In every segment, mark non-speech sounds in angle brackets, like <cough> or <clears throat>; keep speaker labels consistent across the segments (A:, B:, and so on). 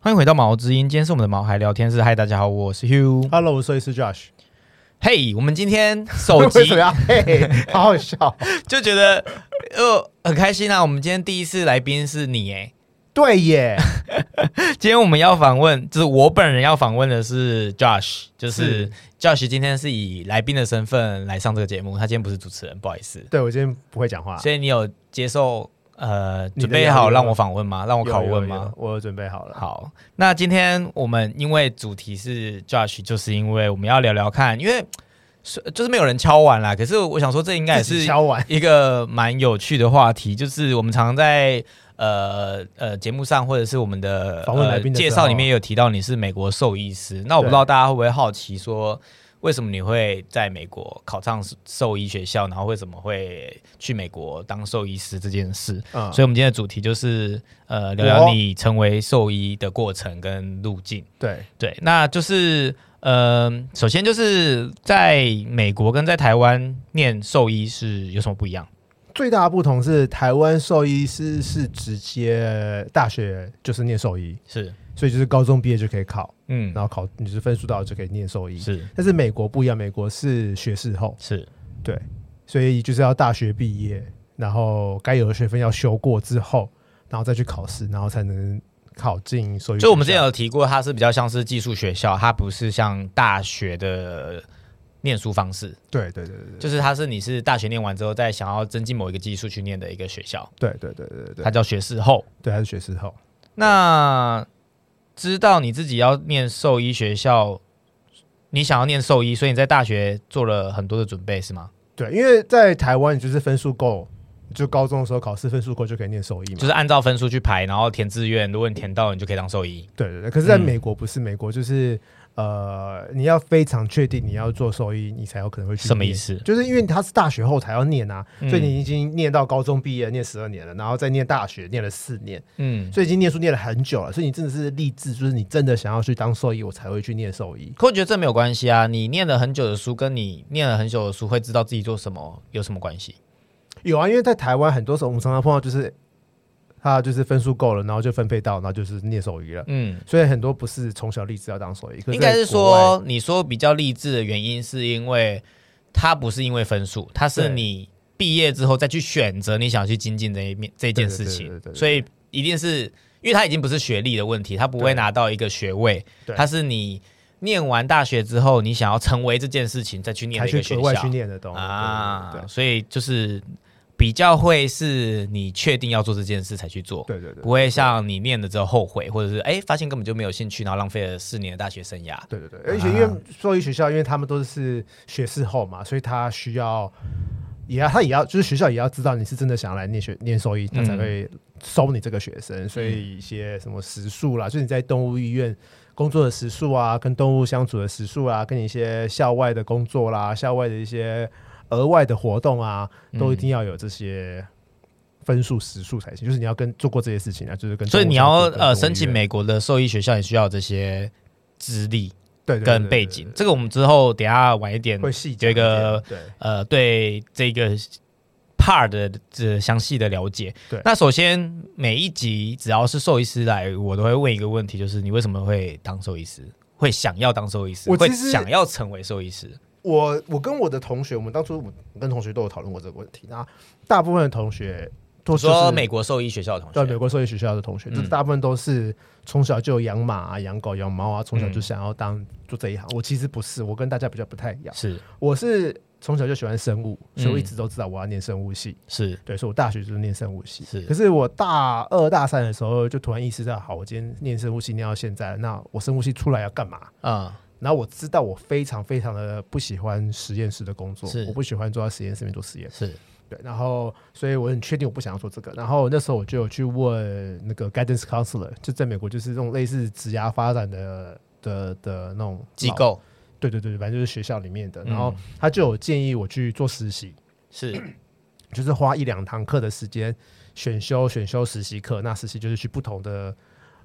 A: 欢迎回到毛之音，今天是我们的毛孩聊天室。嗨，大家好，我是 Hugh。
B: Hello，我是 Josh。
A: 嘿、我们今天手
B: <laughs> 为
A: 机
B: 什么要嘿？好好笑。
A: 就觉得呃很开心啊。我们今天第一次来宾是你哎，
B: <laughs> 对耶，
A: 今天我们要访问，就是我本人要访问的是 Josh，就是
B: 是
A: Josh 今天是以来宾的身份来上这个节目，他今天不是主持人，不好意思。
B: 对我今天不会讲话，
A: 所以你有接受呃
B: 你的
A: 准备
B: 邀
A: 好
B: 约
A: 让
B: 吗
A: 我访问吗？让我
B: 有
A: 拷问？
B: 有
A: 吗
B: 有？我准备好了。
A: 好，那今天我们因为主题是 Josh，就是因为我们要聊聊看，因为是就是没有人敲完啦。可是我想说，这应该也
B: 自己
A: 是
B: 敲完。
A: 一个蛮有趣的话题，就是我们常在呃呃节目上或者是我们的
B: 访问来
A: 呃
B: 宾的时
A: 介
B: 候
A: 绍里面也有提到你是美国兽医师，那我不
B: 对
A: 知道大家会不会好奇说。为什么你会在美国考上兽医学校，然后为什么会去美国当兽医师这件事？
B: 嗯
A: 所以，我们今天的主题就是呃，聊聊你成为兽医的过程跟路径。
B: 对，
A: 对，那就是呃，首先就是在美国跟在台湾念兽医是有什么不一样？
B: 最大的不同是台湾兽医师是直接大学就是念兽医，
A: 是，
B: 所以就是高中毕业就可以考，
A: 嗯
B: 然，后考你是分数到了就可以念兽医。
A: 是
B: 但是美国不一样，美国是学士后，
A: 是，
B: 对，所以就是要大学毕业，然后该有的学分要修过之后，然后再去考试，然后才能考进兽医学校。
A: 就我们之前有提过，它是比较像是技术学校，它不是像大学的念书方式，
B: 对对对对对
A: 就是它是你是大学念完之后再想要增进某一个技术去念的一个学校，
B: 对对对对对
A: 它叫学士后。
B: 对，还是学士后。
A: 那知道你自己要念兽医学校，你想要念兽医，所以你在大学做了很多的准备，是吗？
B: 对，因为在台湾你就是分数够，就高中的时候考试分数够就可以念兽医嘛。
A: 就是按照分数去排，然后填志愿，如果你填到，你就可以当兽医。
B: 对对对，可是在
A: 嗯
B: 美国不是，美国就是呃，你要非常确定你要做兽医，你才有可能会去。
A: 什么意？思？
B: 就是因为他是大学后才要念啊，
A: 嗯
B: 所以你已经念到高中毕业，念十二年了，然后再念大学，念了四年，
A: 嗯，
B: 所以已经念书念了很久了，所以你真的是励志，就是你真的想要去当兽医，我才会去念兽医。
A: 可我觉得这没有关系啊。你念了很久的书，跟你念了很久的书，会知道自己做什么有什么关系？
B: 有啊，因为在台湾很多时候我们常常碰到，就是他就是分数够了，然后就分配到，然后就是念兽医了。
A: 嗯，
B: 所以很多不是从小立志要当兽医，可
A: 应该是
B: 在国外
A: 说，你说比较励志的原因，是因为它不是因为分数，它是
B: 对
A: 你毕业之后再去选择你想去精进这一面这件事
B: 对
A: 情
B: 对对对，对
A: 所以一定是因为它已经不是学历的问题，它不会
B: 对
A: 拿到一个学位，
B: 对
A: 它是你念完大学之后，你想要成为这件事情再去念
B: 才
A: 的一个
B: 去
A: 学
B: 国外去
A: 校
B: 念的东西
A: 啊
B: 对，
A: 所以就是比较会是你确定要做这件事才去做。
B: 对对对对
A: 不会像你念了之后后悔，或者是哎、发现根本就没有兴趣，然后浪费了四年的大学生涯。
B: 对对对，而且因为兽医学校，因为他们都是学士后嘛，所以他需要也要他也要就是学校也要知道你是真的想要来念学念兽医，他才会收你这个学生。所
A: 嗯
B: 以一些什么时数啦，就是你在动物医院。工作的时数啊，跟动物相处的时数啊，跟你一些校外的工作啦、校外的一些额外的活动啊，
A: 嗯
B: 都一定要有这些分数时数才行。就是你要跟做过这些事情啊，就是跟
A: 所以
B: 动物
A: 你
B: 相
A: 要
B: 处跟动
A: 呃
B: 物
A: 申请
B: 医院
A: 美国的兽医学校，你需要有这些资历
B: 对对对
A: 跟
B: 对
A: 背
B: 对
A: 景。这个我们之后等一下晚一点
B: 会细
A: 有一
B: 讲
A: 个
B: 点对。
A: 呃对这个 part 的这详细的了解。
B: 对
A: 那首先每一集只要是兽医师来，我都会问一个问题，就是你为什么会当兽医师？会想要当兽医师，
B: 我
A: 会
B: 其实
A: 想要成为兽医师。
B: 我我跟我的同学，我们当初我跟同学都有讨论过这个问题。那大部分的同学都、
A: 我
B: 就是、
A: 说美国兽医学校的
B: 对
A: 同
B: 美
A: 学，
B: 国兽医学校的同学，就是
A: 嗯
B: 大部分都是从小就有养马啊、养狗、养猫啊，从
A: 嗯
B: 小就想要当做这一行。我其实不是，我跟大家比较不太一样，
A: 是
B: 我是从小就喜欢生物，
A: 嗯
B: 所以我一直都知道我要念生物系。
A: 是
B: 对，所以我大学就是念生物系。
A: 嗯是
B: 可是我大二大三的时候，就突然意识到，好，我今天念生物系念到现在了，那我生物系出来要干嘛？
A: 啊、
B: 然后我知道我非常非常的不喜欢实验室的工作
A: 是，
B: 我不喜欢坐在实验室里面做实验。
A: 是
B: 对，然后所以我很确定我不想要做这个。然后那时候我就有去问那个 guidance counselor，就在美国就是这种类似职涯发展的的的那种
A: 机
B: 老，
A: 构
B: 对对对，反正就是学校里面的。
A: 嗯
B: 然后他就有建议我去做实习，
A: 是
B: 就是花一两堂课的时间选修选修实习课。那实习就是去不同的。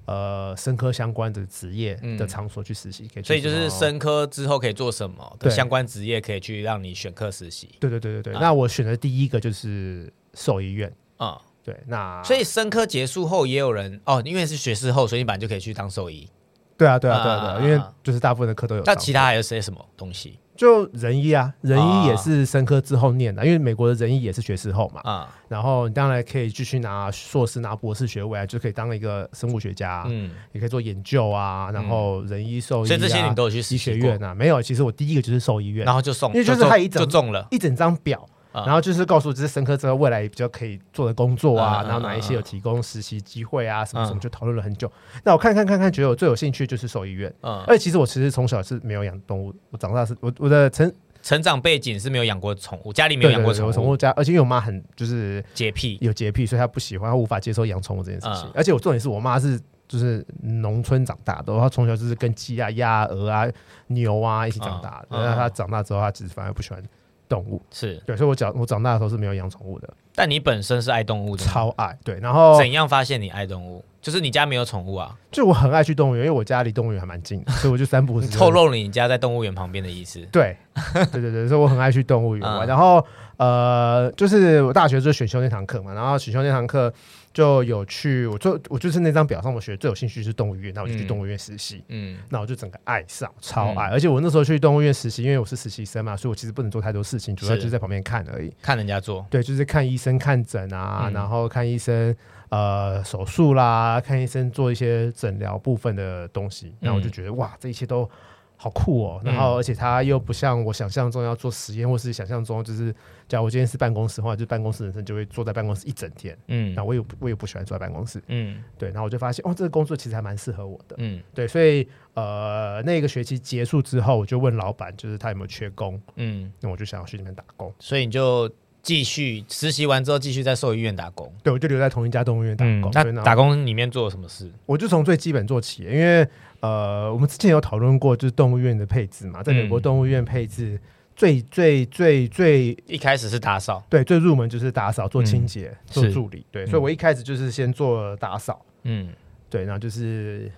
B: 呃，生科相关的职业的
A: 嗯
B: 场所去实习，可以去
A: 所以就是
B: 什么
A: 生科之后可以做什么的
B: 对
A: 相关职业，可以去让你选课实习
B: 对对对对对，
A: 啊
B: 那我选的第一个就是兽医院，
A: 啊、
B: 对，那
A: 所以生科结束后，也有人哦，因为是学士后，所以你本来就可以去当兽医。
B: 对啊，对啊，对啊，对
A: 啊
B: 啊，因为就是大部分的科都有上。
A: 那其他还有些什么东西
B: 就人医啊，人医也
A: 啊
B: 是生科之后念的，因为美国的人医也是学士后嘛。
A: 啊？
B: 然后你当然可以继续拿硕士、拿博士学位啊，就可以当一个生物学家啊、
A: 嗯，
B: 也可以做研究啊，然后人医、兽医、啊，
A: 所以这些你都有去实
B: 医
A: 习
B: 学
A: 过
B: 院啊，没有。其实我第一个就是兽医院，
A: 然后就送，
B: 因为就是
A: 中
B: 他一整
A: 就中了，
B: 一整张表，
A: 啊
B: 然后就是告诉这是生科之后未来比较可以做的工作
A: 啊
B: 啊，
A: 啊
B: 然后哪一些有提供实习机会啊，什么什么，
A: 啊
B: 就讨论了很久。那我看看看看，觉得我最有兴趣就是兽医院。
A: 嗯，
B: 而且其实我其实从小是没有养动物，我长大是我我的成
A: 成长背景是没有养过宠物，家里没有
B: 对
A: 养过
B: 对对，
A: 宠
B: 我宠
A: 物，
B: 物家，而且因为我妈很就是
A: 洁癖，
B: 有洁癖，所以她不喜欢，她无法接受养宠物这件事情。
A: 嗯
B: 而且我重点是我妈是就是农村长大的，她从小就是跟鸡啊、鸭啊、鹅啊、牛啊一起长大的。
A: 嗯嗯
B: 那、她长大之后，她其实反而不喜欢动物。
A: 是，
B: 对，所以我长我长大的时候是没有养宠物的，
A: 但你本身是爱动物的吗，
B: 超爱。对，然后
A: 怎样发现你爱动物？就是你家没有宠物啊？
B: 就我很爱去动物园，因为我家离动物园还蛮近的，所以我就三不五
A: 你
B: 时就
A: 透露了你家在动物园旁边的意思。
B: 对，对对对，所以我很爱去动物园玩。
A: 嗯
B: 然后呃，就是我大学就是选修那堂课嘛，然后选修那堂课就有去，我就我就是那张表上我学最有兴趣是动物园，那我就去
A: 嗯
B: 动物园实习。
A: 嗯
B: 那我就整个爱上，超爱，
A: 嗯
B: 而且我那时候去动物园实习，因为我是实习生嘛，所以我其实不能做太多事情，主要
A: 是
B: 就是在旁边看而已。，
A: 看人家做，
B: 对，就是看医生看诊啊，
A: 嗯
B: 然后看医生呃手术啦，看医生做一些诊疗部分的东西。那我就
A: 嗯
B: 觉得哇，这一切都好酷哦。然
A: 嗯
B: 后而且它又不像我想象中要做实验，或是想象中就是，假如我今天是办公室的话，就办公室人生就会坐在办公室一整天。
A: 嗯
B: 那我也不我也不喜欢坐在办公室，
A: 嗯
B: 对。然后我就发现哦，这个工作其实还蛮适合我的。
A: 嗯
B: 对，所以呃，那个学期结束之后，我就问老板，就是他有没有缺工，
A: 嗯，
B: 那我就想要去那边打工。
A: 所以你就继续实习完之后，继续在兽医院打工。
B: 对，我就留在同一家动物园打工。对然
A: 嗯那
B: 后
A: 打工里面做了什么事？
B: 我就从最基本做起，因为呃，我们之前有讨论过，就是动物园的配置嘛，在美国
A: 嗯
B: 动物园配置最最最最
A: 一开始是打扫，
B: 对最入门就是打扫、做清洁、做
A: 是
B: 助理，对，
A: 嗯
B: 所以我一开始就是先做打扫，
A: 嗯
B: 对，然后就是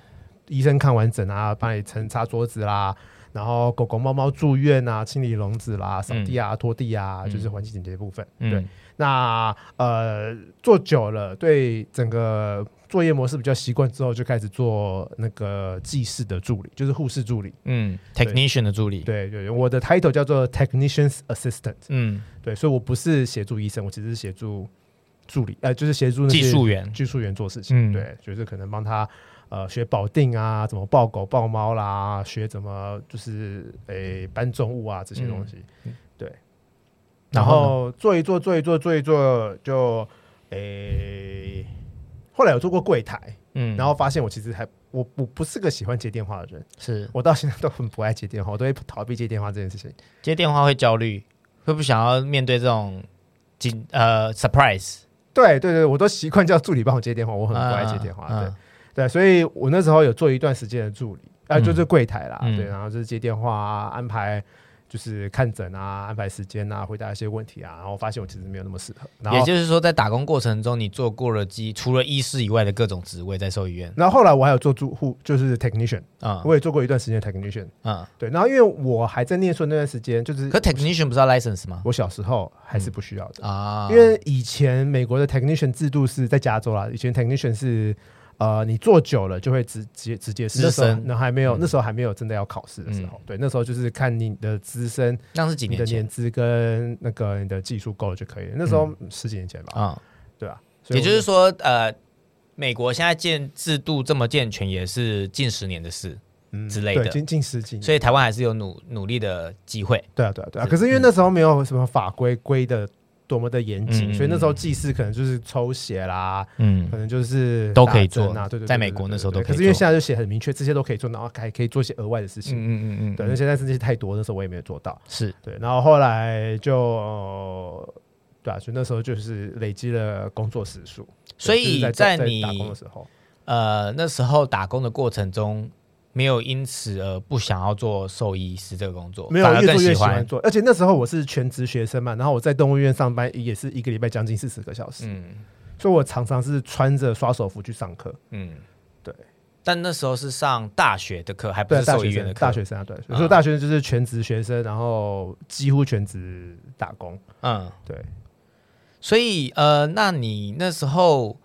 B: 医生看完诊啊，帮你擦擦桌子啦。然后狗狗、猫猫住院啊，清理笼子啦，扫地啊、拖地啊，
A: 嗯
B: 就是环境整洁的部分。
A: 嗯
B: 对，那呃，做久了，对整个作业模式比较习惯之后，就开始做那个技师的助理，就是护士助理。
A: 嗯，technician 的助理，
B: 对对，对我的 title 叫做 technicians assistant。
A: 嗯，
B: 对，所以我不是协助医生，我其实是协助助理，呃，就是协助那些
A: 技术员，
B: 技术员做事情。
C: 嗯
B: 对，就是可能帮他呃学保定啊，怎么抱狗抱猫啦，学怎么就是诶、
C: 嗯
B: 搬重物啊这些东西。对，
C: 然
B: 然
C: 后呢
B: 后做一做做一做做一做就诶、后来有做过柜台，
A: 嗯，
B: 然后发现我其实还我我不是个喜欢接电话的人，
A: 是
B: 我到现在都很不爱接电话，我都会逃避接电话这件事情。
C: 接电话会焦虑，会不想要面对这种紧呃 surprise，
B: 对对对，我都习惯叫助理帮我接电话，我很不爱接电话。
C: 嗯
B: 对
C: 嗯
B: 对，所以我那时候有做一段时间的助理，啊、
C: 嗯
B: 就是柜台啦，
C: 嗯
B: 对，然后就是接电话啊，安排就是看诊啊，安排时间啊，回答一些问题啊，然后发现我其实没有那么适合，然
C: 也
B: 后。
C: 就是说，在打工过程中，你做过了机，除了医师以外的各种职位，在兽医院，
B: 然后后来我还有做住户，就是 technician，、
C: 啊、嗯、
B: 我也做过一段时间的 technician。
C: 啊、
B: 对，然后因为我还在念书的那段时间，就是
C: 可嗯 technician 不是要 license 吗？
B: 我小时候还是不需要的，
C: 啊，
B: 因为以前美国的 technician 制度是在加州啦，以前 technician 是呃，你做久了就会直直直接
C: 资深
B: 那时候还没有、那时候还没有真的要考试的时候，对，那时候就是看你的资深、
C: 那是几
B: 你
C: 年
B: 的
C: 前
B: 年资跟那个你的技术够了就可以了。那时候十几年前吧，
C: 啊、
B: 对啊，所以
A: 也
B: 我
A: 就是说，呃，美国现在建制度这么健全，也是近十年的事，
B: 嗯
A: 之类的
B: 对，近近十几年，
A: 所以台湾还是有努努力的机会。
B: 对啊，对啊，对啊。
A: 是
B: 可是因为那时候没有什么法规规的多么的严谨，
C: 嗯
B: 所以那时候技师可能就是抽血啦，
C: 嗯
B: 可能就是
C: 都可以
B: 打针啊，
C: 做
B: 对对对对
C: 在美国那时候都
B: 对对
C: 可以
B: 可是因为
C: 做
B: 现在就写很明确，这些都可以做，然后还可以做一些额外的事
C: 嗯
B: 情。
C: 嗯嗯嗯，
B: 对，那现在这些太多，那时候我也没有做到。
C: 是
B: 对，然后后来就、呃对啊，所以那时候就是累积了工作时数。对
A: 所
B: 就是
A: 以
B: 在
A: 在
B: 在打工
A: 你
B: 的时候，
A: 呃那时候打工的过程中，没有因此而不想要做兽医师这个工作，
B: 没有
A: 反而
B: 越
A: 更
B: 做越
A: 喜
B: 喜欢
A: 欢。
B: 做，而且那时候我是全职学生嘛，然后我在动物医院上班也是一个礼拜将近四十个小时，
A: 嗯
B: 所以我常常是穿着刷手服去上课。
A: 嗯，
B: 对。
A: 但那时候是上大学的课，还不
B: 对
A: 是
B: 啊，大
A: 兽医
B: 学
A: 院的
B: 生，
A: 课。
B: 大学生啊，对，所以
A: 啊
B: 说大学生就是全职学生，然后几乎全职打工。
A: 嗯，
B: 对，
A: 所以呃，那你那时候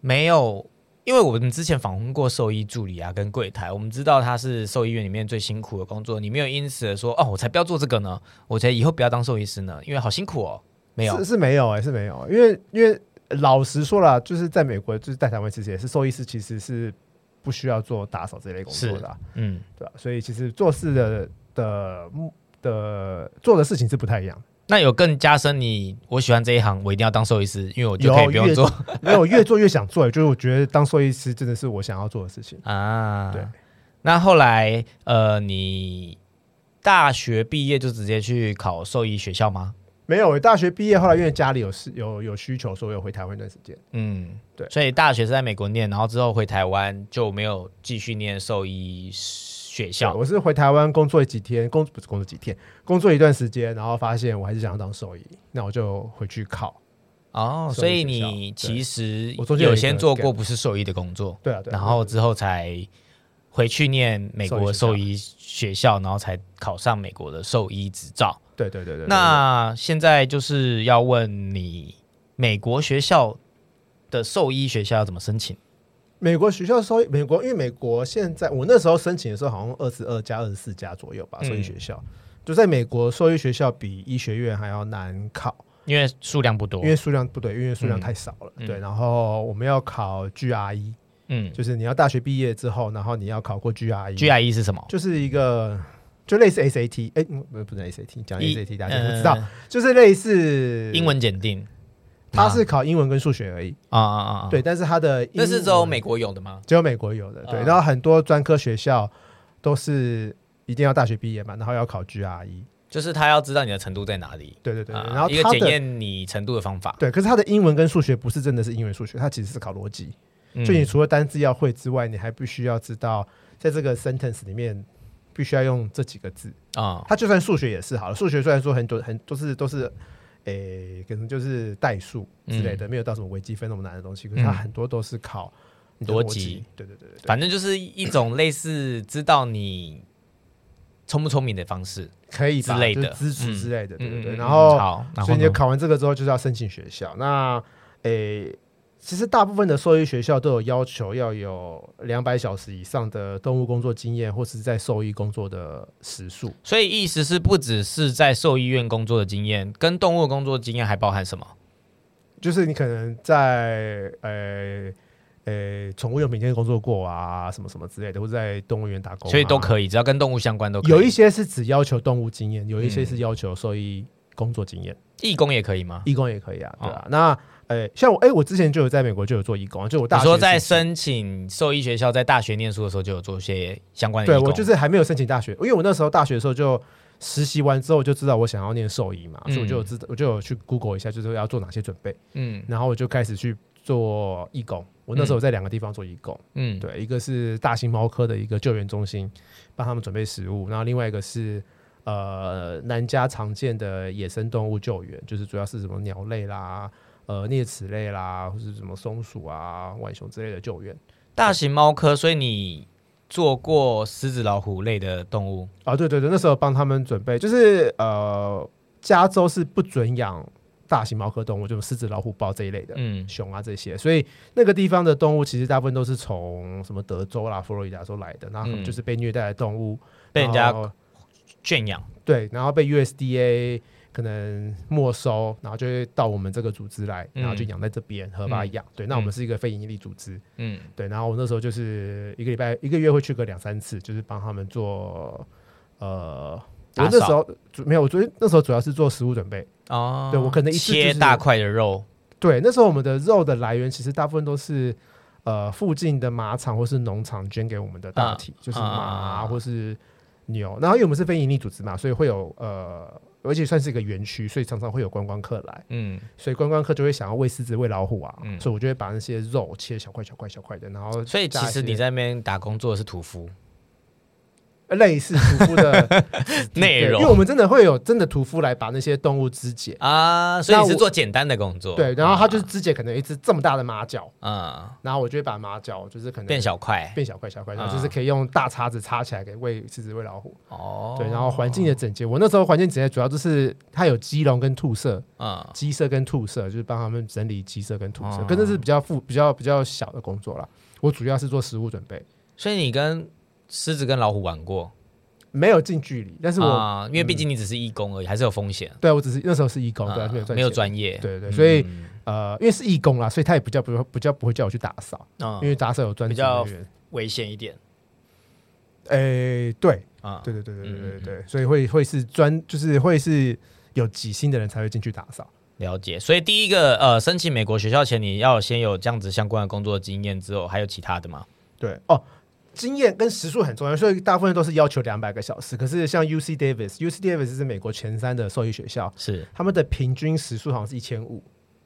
A: 没有，因为我们之前访问过兽医助理啊，跟柜台，我们知道他是兽医院里面最辛苦的工作。你没有因此地说哦，我才不要做这个呢，我才以后不要当兽医师呢，因为好辛苦哦。没有
B: 是，是没有哎、是没有，因为因为老实说了，就是在美国，就是在台湾其实也是兽医师其实是不需要做打扫这类工作的啊、
A: 嗯，
B: 对吧、所以其实做事的的目的做的事情是不太一样的。
A: 那有更加深你我喜欢这一行，我一定要当兽医师，因为我就
B: 有
A: 可以不用
B: 越
A: 做
B: <laughs> 没有越做越想做，就是我觉得当兽医师真的是我想要做的事情。
A: 啊。
B: 对，
A: 那后来呃，你大学毕业就直接去考兽医学校吗？
B: 没有，我欸大学毕业后来因为家里有事有有需求，所以我有回台湾一段时间。
A: 嗯，
B: 对
A: 所以大学是在美国念，然后之后回台湾就没有继续念兽医学
B: 对
A: 校。
B: 我是回台湾工作几天，工不是工作几天，工作一段时间，然后发现我还是想要当兽医，那我就回去考。
A: 哦，
B: 兽
A: 所
B: 医
A: 以
B: 学校
A: 你其实
B: 我中间有一个
A: 先做
B: gap
A: 过不是兽医的工作，
B: 对啊，对啊
A: 然后之后才回去念美国
B: 兽
A: 兽
B: 医
A: 医学校，然后才考上美国的兽医执照。
B: 对对对对，
A: 那现在就是要问你，美国学校的兽医学校要怎么申请？
B: 美国学校收美国，因为美国现在我那时候申请的时候好像二十二加二十四加左右吧，
A: 嗯
B: 兽医学校、就在美国兽医学校比医学院还要难考，
A: 因为数量不多
B: 因，为数量不对，因为数量太少了。
A: 哦嗯
B: 对，然后我们要考 GRE，
A: 嗯
B: 就是你要大学毕业之后，然后你要考过 E GRE，
A: ，GRE E 是什么？
B: 就是一个就类似 SAT，哎、嗯不不是 SAT，讲 SAT 大家
A: 呃
B: 不知道，就是类似
A: 英，文检定，
B: 它是考英文跟数学而已。
A: 啊啊啊啊，
B: 对，但是它的英
A: 那是只有
B: 文
A: 美国有的吗？
B: 只有美国有的，对。
A: 啊
B: 然后很多专科学校都是一定要大学毕业嘛，然后要考 GRE，
A: 就是他要知道你的程度在哪里，
B: 对对对。
A: 啊
B: 然后
A: 一个
B: 他
A: 检
B: 的
A: 验你程度的方法。
B: 对，可是他的英文跟数学不是真的是英文数学，它其实是考逻辑。
A: 嗯
B: 所以你除了单字要会之外，你还必须要知道在这个 sentence 里面。必须要用这几个字，
A: 啊，
B: 它就算数学也是好了。数学虽然说很多很都是都是，诶、可能就是代数之类的，没有到什么微积分那么难的东西，可是它
A: 嗯
B: 很多都是考你的
A: 逻
B: 逻
A: 辑。
B: 对对对对对。
A: 反正就是一种类似知道你聪不聪明的方式
B: 可以
A: 之
B: 吧
A: 类
B: 就是
A: 的
B: 支持之
A: 嗯
B: 类的，对对
A: 嗯嗯
B: 对。
A: 嗯
B: 然后，
A: 好，然
B: 所
A: 后
B: 以你就
A: 呢
B: 考完这个之后，就是要申请学校。那，诶、其实大部分的兽医学校都有要求要有两百小时以上的动物工作经验，或是在兽医工作的时数。
A: 所以意思是不只是在兽医院工作的经验，跟动物工作的经验还包含什么？
B: 就是你可能在呃呃宠物用品店工作过啊，什么什么之类的，或者在动物园打工啊、
A: 所以都可以，只要跟动物相关都可以。
B: 有一些是只要求动物经验，有一些
A: 嗯
B: 是要求兽医工作经验。
A: 义工也可以吗？
B: 义工也可以啊，
A: 哦
B: 对啊。那呃，像我哎、我之前就有在美国就有做义工啊，就我
A: 你
B: 大学
A: 说在
B: 时期
A: 申请兽医学校，在大学念书的时候就有做一些相关的
B: 对
A: 义工。
B: 我就是还没有申请大学，因为我那时候大学的时候就实习完之后就知道我想要念兽医嘛，
A: 嗯
B: 所以我就有知道我就有去 Google 一下，就是要做哪些准备，
A: 嗯
B: 然后我就开始去做义工。我那时候在两个地方做义工，
A: 嗯，
B: 对，一个是大型猫科的一个救援中心，帮他们准备食物，然后另外一个是。呃，南加常见的野生动物救援，就是主要是什么鸟类啦、呃啮齿类啦，或是什么松鼠啊、浣熊之类的救援。
A: 大型猫科，所以你做过狮子、老虎类的动物，
B: 啊，对对对，那时候帮他们准备，就是呃，加州是不准养大型猫科动物，就是狮子、老虎、豹这一类的，
A: 嗯，
B: 熊啊这些，所以那个地方的动物其实大部分都是从什么德州啦、佛罗里达州来的，然后
A: 嗯
B: 就是被虐待的动物，
A: 被人家
B: 然后
A: 圈养。
B: 对，然后被 USDA 可能没收，然后就会到我们这个组织来，然后就
A: 嗯
B: 养在这边合法
A: 嗯
B: 养。对，那我们是一个非营利组织，
A: 嗯，
B: 对，然后我那时候就是一个礼拜一个月会去个两三次，就是帮他们做呃，
A: 打
B: 我那时候主没有，我昨天那时候主要是做食物准备。
A: 哦，
B: 对我可能一次就
A: 切
B: 是
A: 大块的肉，
B: 对，那时候我们的肉的来源其实大部分都是呃附近的马场或是农场捐给我们的大体，就是马
A: 啊
B: 啊或是牛。然后因为我们是非营利组织嘛，所以会有呃。而且算是一个园区，所以常常会有观光客来，
A: 嗯，
B: 所以观光客就会想要喂狮子、喂老虎啊，
A: 嗯
B: 所以我就会把那些肉切小块、小块、小块的，然后
A: 所以其
B: 加一
A: 实你
B: 些
A: 在那边打工做的是屠夫，
B: 呃类似屠夫的
A: <laughs> 内
B: 对
A: 容
B: 因为我们真的会有真的屠夫来把那些动物肢解。
A: 啊，所以你
B: 那
A: 是
B: 我
A: 做简单的工作，
B: 对，然后他就是肢解可能有一只这么大的马脚，
A: 啊
B: 然后我就会把马脚就是可能
A: 嗯变小块
B: 变小块小块，然后
A: 啊
B: 就是可以用大叉子叉起来给喂狮子喂老虎。
A: 哦，
B: 对，然后环境的整洁，我那时候环境整洁主要就是它有鸡笼跟兔舍，
A: 嗯
B: 鸡舍跟兔舍，就是帮他们整理鸡舍跟兔舍，
A: 哦
B: 跟这是比较复比较比较小的工作啦。我主要是做食物准备，
A: 所以你跟狮子跟老虎玩过
B: 没有近距离，但是我、
A: 啊？因为毕竟你只是义工而已，还是有风险，
B: 对我只是那时候是义工，对啊，
A: 啊
B: 没有赚
A: 没有
B: 钱，
A: 专业，
B: 对对，
A: 嗯，
B: 所以、呃，因为是义工啦，所以他也比较不会比较不会叫我去打扫，
A: 嗯
B: 因为打扫有专职
C: 比较
B: 人员。
C: 危险一点
B: 诶、对，
A: 啊
B: 对对对对对对
A: 嗯嗯
B: 对，所以会会是专，就是会是有几星的人才会进去打扫。
A: 了解。所以第一个呃，申请美国学校前，你要先有这样子相关的工作经验，之后还有其他的吗？
B: 对哦，经验跟时数很重要，所以大部分都是要求两百个小时。可是像 UC Davis，UC Davis 是美国前三的兽医学校，
A: 是
B: 他们的平均时数好像是一千五，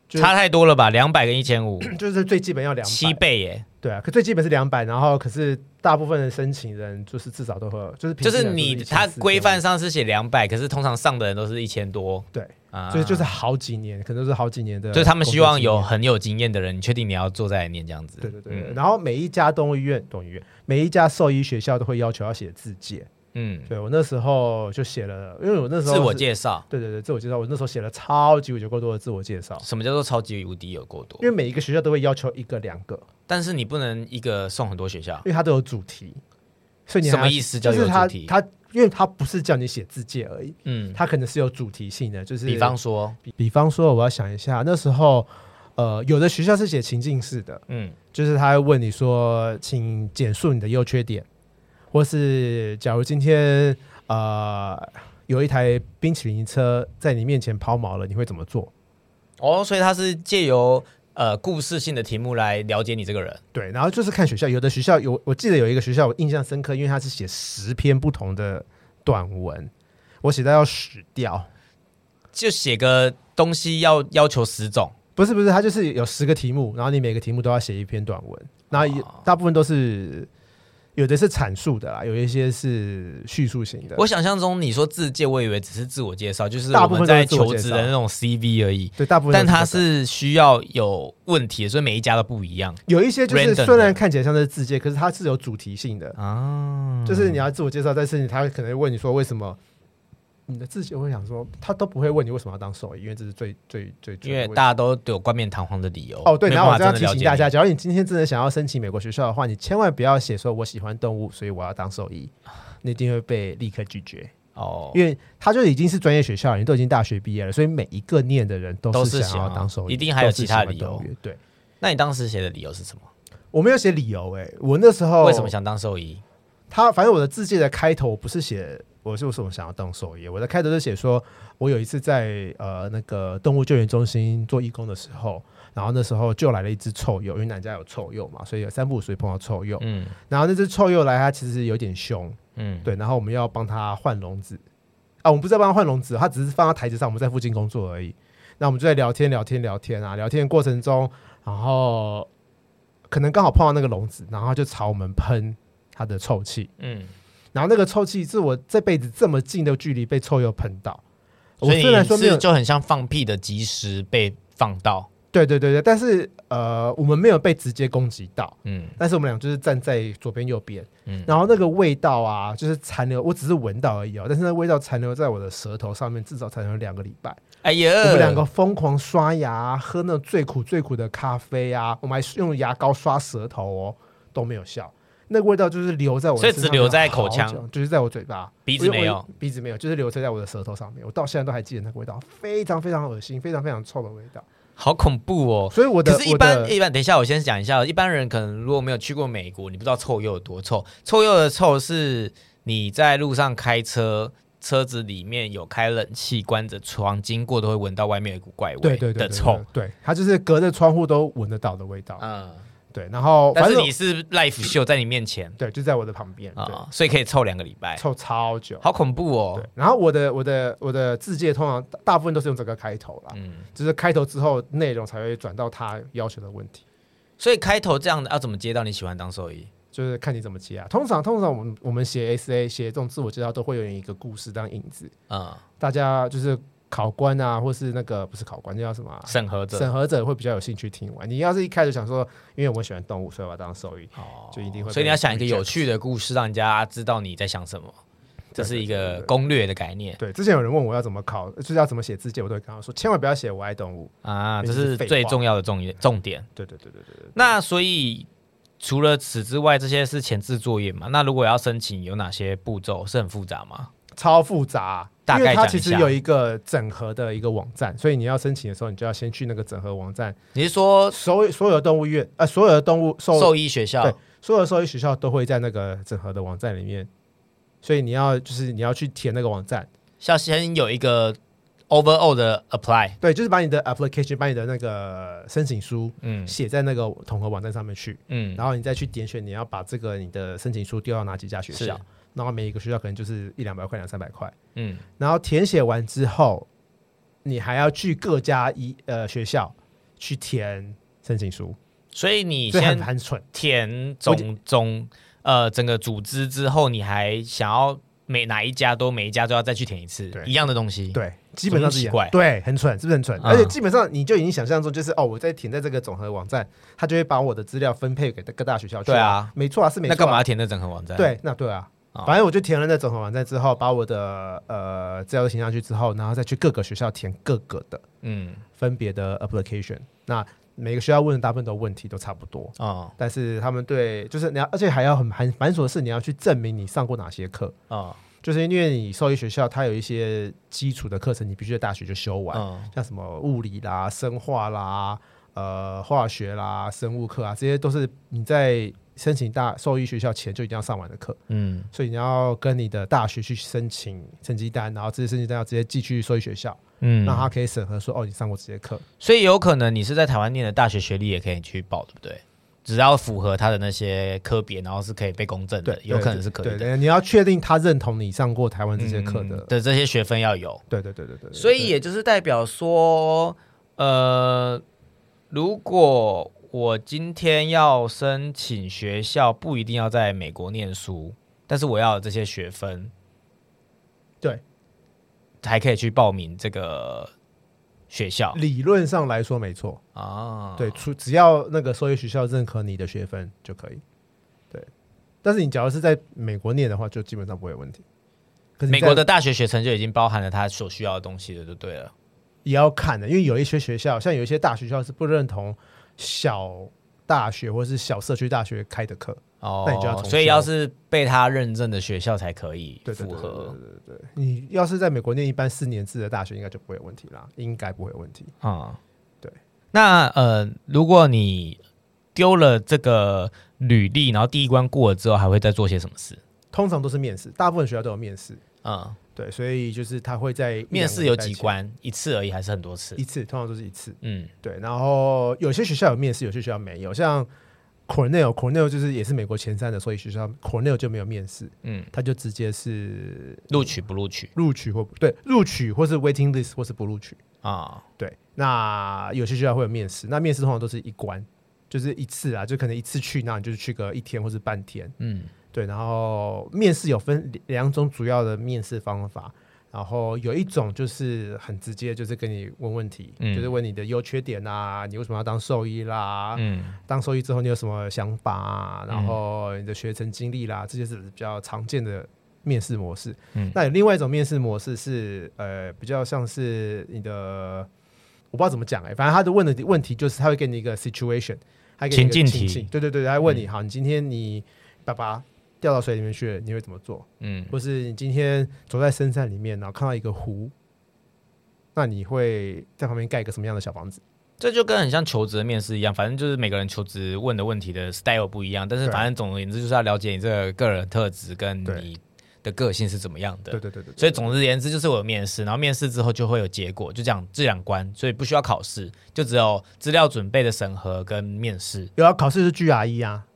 B: 就是
A: 差太多了吧？两百跟一千五，
B: 就是最基本要两
A: 七
B: 百。
A: 倍耶！
B: 对啊，可最基本是两百，然后可是大部分的申请人就是至少都会有，就是平
A: 就
B: 均来
A: 是
B: 说
A: 你
B: 1400
A: 它规范，上是写两百，可是通常上的人都是一千多
B: 对，
A: 啊，
B: 所以就是呃好几年，可能都是好几年的，
A: 就是他们希望有。很有经验的人，你确定你要坐在念这样子？
B: 对对对，对
A: 嗯
B: 然后每一家动物医院、动物医院，每一家兽医学校都会要求要写自介。
A: 嗯，
B: 对我那时候就写了，因为我那时候
A: 自我
B: 是
A: 介绍，
B: 对对对，自我介绍，我那时候写了超级无敌够多的自我介绍，
A: 什么叫做超级无敌有过多
B: 因？为每一个学校都会要求一个两个，
A: 但是你不能一个送很多学校
B: 因，为它都有主题，所以你
A: 什么
B: 还
A: 意思叫
B: 就
A: 有
B: 是它
A: 主题？
B: 它，因为它不是叫你写字界而已，
A: 嗯，
B: 它可能是有主题性的，就是
A: 比方说，
B: 比比方说，我要想一下，那时候呃，有的学校是写情境式的，
A: 嗯，
B: 就是他会问你说，请简述你的优缺点，或是假如今天呃有一台冰淇淋车在你面前抛锚了，你会怎么做？
A: 哦，所以他是借由呃故事性的题目来了解你这个人，
B: 对，然后就是看学校，有的学校有，我记得有一个学校我印象深刻，因为它是写十篇不同的短文，我写到要死掉，
A: 就写个东西要要求十种，
B: 不是不是，它就是有十个题目，然后你每个题目都要写一篇短文，然后也
A: 哦
B: 大部分都是有的是阐述的啦，有一些是叙述型的。
A: 我想象中你说自介，我以为只是自我介绍，就是
B: 大
A: 我
B: 部分
A: 们
B: 都是
A: 在
B: 自我
A: 求
B: 介绍
A: 职的那种 CV 而已。
B: 对，大部分都
A: 但
B: 这个、
A: 它是需要有问题的，所以每一家都不一样
B: 有一些就是
A: random
B: 虽
A: 的
B: 然看起来像是自介，可是它是有主题性的，
A: 啊。
B: 就是你要自我介绍，但是他可能会问你说为什么你的自己会想说，他都不会问你为什么要当兽医，因为这是最最最最
A: 因为
B: 最
A: 大家都有冠冕堂皇的理由
B: 哦，对，
A: 没
B: 然
A: 有办法
B: 后我这样
A: 真
B: 提
A: 的了
B: 醒
A: 解
B: 大
A: 你
B: 家，假如你今天真的想要申请美国学校的话，你千万不要写说我喜欢动物，所以我要当兽医，你一定会被立刻拒绝，
A: 哦，
B: 因为他就已经是专业学校了，你都已经大学毕业了，所以每一个念的人
A: 都是
B: 是想要
A: 想要
B: 当兽医，
A: 一定还有
B: 都是
A: 其他
B: 喜欢
A: 理由
B: 动物对，
A: 那你当时写的理由是什么？
B: 我没有写理由、欸，我那时候
A: 为什么想当兽医？
B: 他反正我的自介的开头不是写我是为什么想要当兽医，我的开头就写说，我有一次在呃那个动物救援中心做义工的时候，然后那时候救来了一只臭鼬，因为南家有臭鼬嘛，所以有三不五时会碰到臭鼬。
A: 嗯
B: 然后那只臭鼬来，它其实有点凶，
A: 嗯，
B: 对，然后我们要帮它换笼子啊，我们不是在帮它换笼子，它只是放在台子上，我们在附近工作而已。那我们就在聊天聊天聊天啊，聊天的过程中，然后可能刚好碰到那个笼子，然后它就朝我们喷它的臭气。
A: 嗯，
B: 然后那个臭气是我这辈子这么近的距离被臭鼬喷到。我
A: 所以
B: 虽然说
A: 你
B: 没有
A: 是，就很像放屁的及时被放到，
B: 对对对对，但是呃，我们没有被直接攻击到，
A: 嗯
B: 但是我们俩就是站在左边右边，
A: 嗯，
B: 然后那个味道啊，就是残留，我只是闻到而已哦，但是那味道残留在我的舌头上面，至少残留两个礼拜。
A: 哎呀，
B: 我们两个疯狂刷牙，啊喝那种最苦最苦的咖啡啊，我们还用牙膏刷舌头哦，都没有效。那个味道就是留在我的
A: 所以
B: 身
A: 只
B: 上，
A: 留在口腔
B: 好久，就是在我嘴巴，
A: 鼻子没有
B: 我我鼻子没有，就是留在在我的舌头上面。我到现在都还记得那个味道，非常非常恶心，非常非常臭的味道。
A: 好恐怖哦。
B: 所以我的，
A: 可是，一
B: 我
A: 般
B: 的
A: 一般，等一下，我先讲一下，一般人可能如果没有去过美国，你不知道臭鼬有多臭。臭鼬的臭是你在路上开车，车子里面有开冷气，关着窗经过都会闻到外面有一股怪味
B: 对对对
A: 的
B: 对
A: 臭。，
B: 对对它就是隔着窗户都闻得到的味道。
A: 嗯，
B: 对，然后
A: 但
B: 哦反
A: 是
B: 正
A: 你是 life 秀在你面前
B: 对就在我的旁边，对，
A: 啊，所以可以臭两个礼拜，
B: 臭超久。
A: 好恐怖哦
B: 对。，然后我的我的我的字界通常大部分都是用这个开头啦，
A: 嗯，
B: 就是开头之后内容才会转到他要求的问题。
A: 所以开头这样的要怎么接到你喜欢当兽医？
B: 就就是看你怎么接啊。通常通常我们我们写 S A 写这种自我介绍都会有一个故事当引子，
A: 嗯，
B: 大家就是考官啊，或是那个不是考官，那叫什么啊、
A: 审核者
B: 审核者会比较有兴趣听完。你要是一开始想说，因为我喜欢动物，所以我要当兽医，
A: 哦
B: 就一定会被
A: 所以你要想一个
B: reject
A: 有趣的故事，让人家知道你在想什么，这是一个攻略的概念
B: 对，之前有人问我要怎么考，就是要怎么写字界，我都会跟他说，千万不要写我爱动物。
A: 啊，
B: 因
A: 这
B: 为
A: 是
B: 是废
A: 最
B: 话
A: 重要的重重点。
B: 对对对对对对。
A: 那所以除了此之外，这些是前置作业嘛？那如果要申请，有哪些步骤是很复杂吗？
B: 超复杂，
A: 大概
B: 因为
A: 讲
B: 它
A: 一
B: 其实
A: 下
B: 有一个整合的一个网站，所以你要申请的时候，你就要先去那个整合网站，
A: 你是说
B: 所有所有的动物院呃，所有的动物兽
A: 兽医学校
B: 对？所有的兽医学校都会在那个整合的网站里面，所以你要就是你要去填那个网站，
A: 要先有一个 overall 的 apply，
B: 对，就是把你的 application 把你的那个申请书
A: 嗯
B: 写在那个统合网站上面去，
A: 嗯，
B: 然后你再去点选你要把这个你的申请书丢到哪几家学
A: 是
B: 校，然后每一个学校可能就是一两百块、两三百块。
A: 嗯
B: 然后填写完之后，你还要去各家一呃学校去填申请书，
A: 所以你
B: 所以很
A: 先
B: 很蠢。
A: 填总总呃整个组织之后，你还想要每哪一家都每一家都要再去填一次
B: 对
A: 一样的东西，，
B: 对，基本上是一
A: 奇怪
B: 样。对，很蠢，是不是很蠢？
A: 嗯
B: 而且基本上你就已经想象中，就是哦，我在填在这个总和网站，他就会把我的资料分配给各大学校去。
A: 对啊，
B: 没错啊，是没
A: 那
B: 错、啊。
A: 干嘛要填那整合网站？，
B: 对，那对啊
A: 哦。
B: 反正我就填了那整合网站之后，把我的呃资料都填上去之后，然后再去各个学校填各个的
A: 嗯
B: 分别的 application。那每个学校问的大部分的问题都差不多，
A: 哦
B: 但是他们对，就是你要，而且还要很繁繁琐的是，你要去证明你上过哪些课，
A: 哦
B: 就是因为你兽医学校它有一些基础的课程，你必须在大学就修完，
A: 嗯
B: 像什么物理啦、生化啦、呃化学啦、生物课啊，这些都是你在申请大兽医学校前就一定要上完的课，
A: 嗯
B: 所以你要跟你的大学去申请成绩单，然后这些申请单要直接寄去兽医学校，
A: 嗯，
B: 让他可以审核说哦你上过这些课，
A: 所以有可能你是在台湾念的大学学历也可以去报，对不对？只要符合他的那些科别，然后是可以被公正的
B: 对，，
A: 有可能是可
B: 对
A: 以的。
B: 对，你要确定他认同你上过台湾这些课的。
A: 嗯的这些学分要有，
B: 对对对对对对，
A: 所以也就是代表说，呃，如果我今天要申请学校，不一定要在美国念书，但是我要有这些学分，
B: 对，
A: 还可以去报名这个学校
B: 理论上来说没错，
A: 啊。
B: 对，除只要那个兽医学校认可你的学分就可以。对，但是你假如是在美国念的话，就基本上不会有问题。可是你
A: 美国
B: 在
A: 的大学学程就已经包含了他所需要的东西了，就对了。
B: 也要看的，因为有一些学校，像有一些大学校是不认同小大学或是小社区大学开的课，
A: 哦，
B: 那你就要重修
A: 所以要是被他认证的学校才可以
B: 对对
A: 符
B: 对对对
A: 合
B: 对对对。你要是在美国念一般四年制的大学，应该就不会有问题啦，应该不会有问题。
A: 啊。
B: 对，
A: 那呃，如果你丢了这个履历，然后第一关过了之后，还会再做些什么事？
B: 通常都是面试，大部分学校都有面试，
A: 嗯，
B: 对，所以就是他会在一两个
A: 面试有
B: 礼拜
A: 几
B: 前
A: 关？一次而已，还是很多次
B: 一？次，通常都是一次。
A: 嗯，
B: 对，然后有些学校有面试，有些学校没有。像 Cornell，Cornell 就是也是美国前三的，所以学校 Cornell 就没有面试，
A: 嗯，
B: 他就直接是
A: 录取不录取
B: 录取或对录取，或是 waiting list，或是不录取。
A: 啊？
B: 对，那有些学校会有面试，那面试通常都是一关，就是一次啊，就可能一次去，那你就是去个一天或是半天。
A: 嗯，
B: 对，然后面试有分两种主要的面试方法，然后有一种就是很直接，就是跟你问问题，
A: 嗯
B: 就是问你的优缺点啊，你为什么要当兽医啦，
A: 嗯
B: 当兽医之后你有什么想法啊，然后你的学成经历啦，这些是比较常见的面试模式。
A: 嗯
B: 那有另外一种面试模式是呃比较像是你的，我不知道怎么讲哎、反正他的问的问题就是他会给你一个 situation，他给你一个
A: 情境题嗯
B: 对对对，他会问你，好，你今天你爸爸掉到水里面去了，你会怎么做？
A: 嗯，
B: 或是你今天走在深山里面，然后看到一个湖，那你会在旁边盖一个什么样的小房子？
A: 这就跟很像求职的面试一样，反正就是每个人求职问的问题的 style 不一样，但是
B: 对
A: 反正总而言之就是要了解你这个个人特质跟
B: 对
A: 你的个性是怎么样的。
B: 对对对对对，
A: 所以总而言之，就是我有面试，然后面试之后就会有结果，就这样这两关，所以不需要考试，就只有资料准备的审核跟面试。
B: 有啊，考试是 GRE 啊，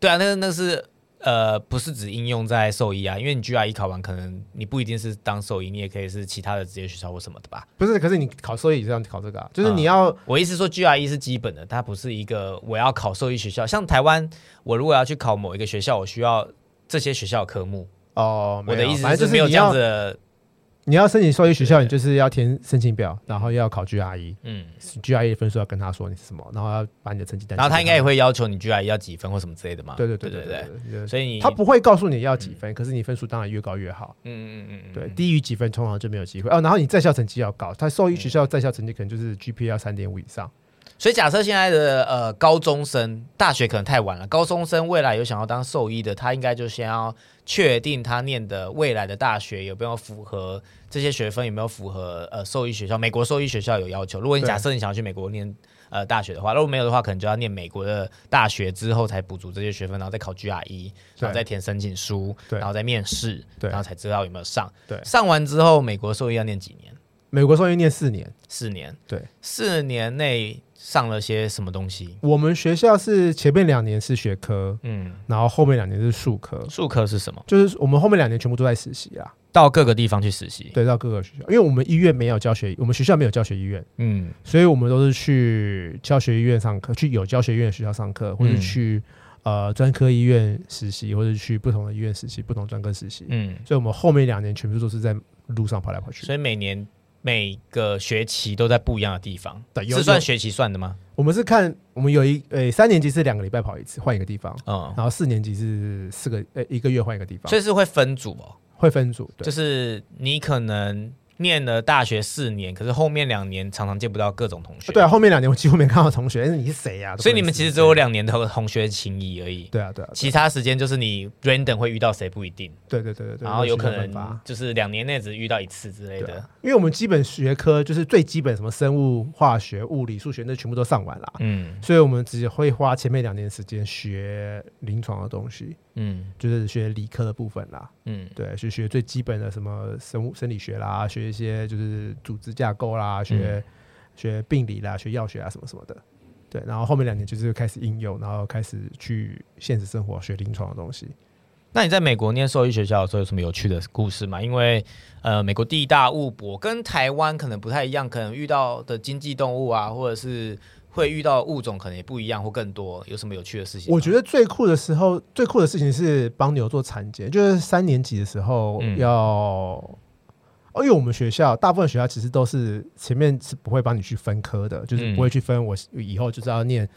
A: 对啊，那个那个是呃，不是只应用在兽医啊，因为你 GRE 考完，可能你不一定是当兽医，你也可以是其他的职业学校或什么的吧。
B: 不是，可是你考兽医也是要考这个啊，就是
A: 嗯
B: 你要
A: 我意思说，GRE 是基本的，它不是一个我要考兽医学校。像台湾，我如果要去考某一个学校，我需要这些学校的科目。
B: 哦，
A: 我的
B: 没有
A: 意思
B: 反正
A: 没
B: 就
A: 有
B: 是
A: 这
B: 你
A: 样
B: 要
A: 子的，
B: 你要申请兽医学校，
A: 对
B: 你就是要填申请表，然后要考 E GRE，GRE
A: 嗯。
B: 的分数要跟他说你是什么，然后要把你的成绩单
A: 然后
B: 寄给他。
A: 他应该也会要求你 GRE 要几分或什么之类的嘛。
B: 对对
A: 对
B: 对
A: 对
B: 对对
A: 所以你
B: 他不会告诉你要几分，可是你分数当然越高越好。
A: 嗯嗯嗯嗯，
B: 对，低于几分通常就没有机会哦。然后你在校成绩要高，他兽医学校在校成绩可能就是
A: 嗯
B: GPA 要三点五以上。
A: 所以假设现在的呃高中生，大学可能太晚了，高中生未来有想要当兽医的，他应该就先要确定他念的未来的大学有没有符合这些学分，有没有符合呃兽医学校，美国兽医学校有要求。如果你
B: 对
A: 假设你想要去美国念呃大学的话，如果没有的话，可能就要念美国的大学之后才补足这些学分，然后再考 GRE，然后再填申请书，
B: 对
A: 然后再面试，
B: 对
A: 然后才知道有没有上。
B: 对
A: 上完之后，美国兽医要念几年？
B: 美国兽医念四年，
A: 四年。
B: 对，
A: 四年内上了些什么东西？
B: 我们学校是前面两年是学科，
A: 嗯，
B: 然后后面两年是术科，
A: 术科是什么？
B: 就是我们后面两年全部都在实习啦。
A: 到各个地方去实习。
B: 对，到各个学校，因为我们医院没有教学，我们学校没有教学医院，
A: 嗯
B: 所以我们都是去教学医院上课，去有教学医院的学校上课，或者
A: 嗯
B: 去、呃专科医院实习，或者去不同的医院实习，不同专科实习。
A: 嗯，
B: 所以我们后面两年全部都是在路上跑来跑去。
A: 所以每年每个学期都在不一样的地方，
B: 对有
A: 是算学期算的吗？
B: 我们是看我们有一呃、三年级是两个礼拜跑一次，换一个地方，
A: 嗯，
B: 然后四年级是四个呃、一个月换一个地方，
A: 所以是会分组哦，
B: 会分组。对，
A: 就是你可能念了大学四年，可是后面两年常常见不到各种同学。
B: 对啊，，后面两年我几乎没看到同学，但是你是谁啊呀、都不
A: 所以你
B: 认
A: 们
B: 识
A: 其实只有两年的同学情谊而已。
B: 对啊对啊，
A: 其他时间就是你 random 会遇到谁不一定，
B: 对对对对对，
A: 然后有
B: 学
A: 可
B: 校分发
A: 能就是两年内只遇到一次之类
B: 对
A: 的
B: 啊。，因为我们基本学科就是最基本什么生物、化学、物理、数学，那全部都上完啦，
A: 嗯
B: 所以我们只会花前面两年时间学临床的东西，
A: 嗯
B: 就是学理科的部分啦。
A: 嗯
B: 对，去学最基本的什么生物生理学啦，学一些就是组织架构
A: 嗯
B: 啦，学、学病理啦，学药学啊什么什么的。对，然后后面两年就是开始应用，然后开始去现实生活学临床的东西。
A: 那你在美国念兽医学校的时候有什么有趣的故事吗？因为呃，美国地大物博，跟台湾可能不太一样，可能遇到的经济动物啊，或者是会遇到物种可能也不一样或更多，有什么有趣的事情吗？
B: 我觉得最酷的时候，最酷的事情是帮牛做产检，就是三年级的时候
A: 嗯
B: 要，哦，因为我们学校大部分学校其实都是前面是不会帮你去分科的，就是
A: 嗯
B: 不会去分我以后就是要念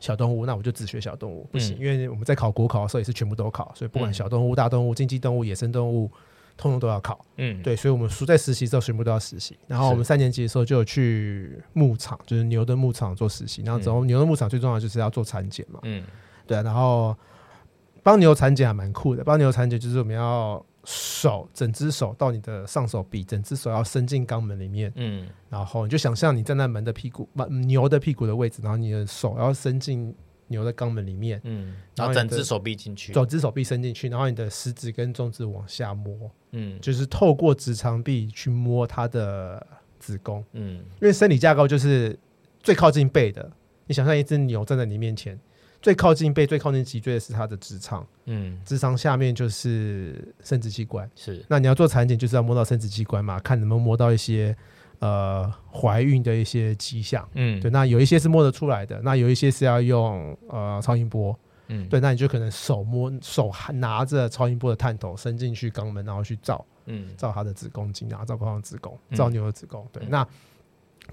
B: 小动物，那我就只学小动物，不行，
A: 嗯
B: 因为我们在考国考的时候也是全部都考，所以不管
A: 嗯
B: 小动物、大动物、经济动物、野生动物，通通都要考。
A: 嗯，
B: 对，所以我们书在实习之后全部都要实习。然后我们三年级的时候就有去牧场，就是牛的牧场做实习。然后之后牛的牧场最重要的就是要做产检嘛。
A: 嗯
B: 对啊，然后帮牛产检还蛮酷的。帮牛产检就是我们要手整只手到你的上手臂，整只手要伸进肛门里面，
A: 嗯
B: 然后你就想象你站在门的屁股，不牛的屁股的位置，然后你的手要伸进牛的肛门里面，
A: 嗯，
B: 然
A: 然后
B: 后你
A: 整
B: 的
A: 只手臂进去，
B: 整只手臂伸进去，然后你的食指跟中指往下摸，
A: 嗯
B: 就是透过直肠壁去摸它的子宫，
A: 嗯
B: 因为生理架构就是最靠近背的。你想象一只牛站在你面前，最靠近背、最靠近脊椎的是它的直肠。
A: 嗯，
B: 智商下面就是生殖器官。
A: 是
B: 那你要做产检，就是要摸到生殖器官嘛，看能不能摸到一些呃怀孕的一些迹象。
A: 嗯
B: 对，那有一些是摸得出来的，那有一些是要用呃超音波。
A: 嗯
B: 对，那你就可能手摸手拿着超音波的探头伸进去肛门，然后去照
A: 嗯
B: 照它的子宫颈，然啊后照它的子宫，
A: 嗯
B: 照牛的子宫。对，
A: 嗯
B: 那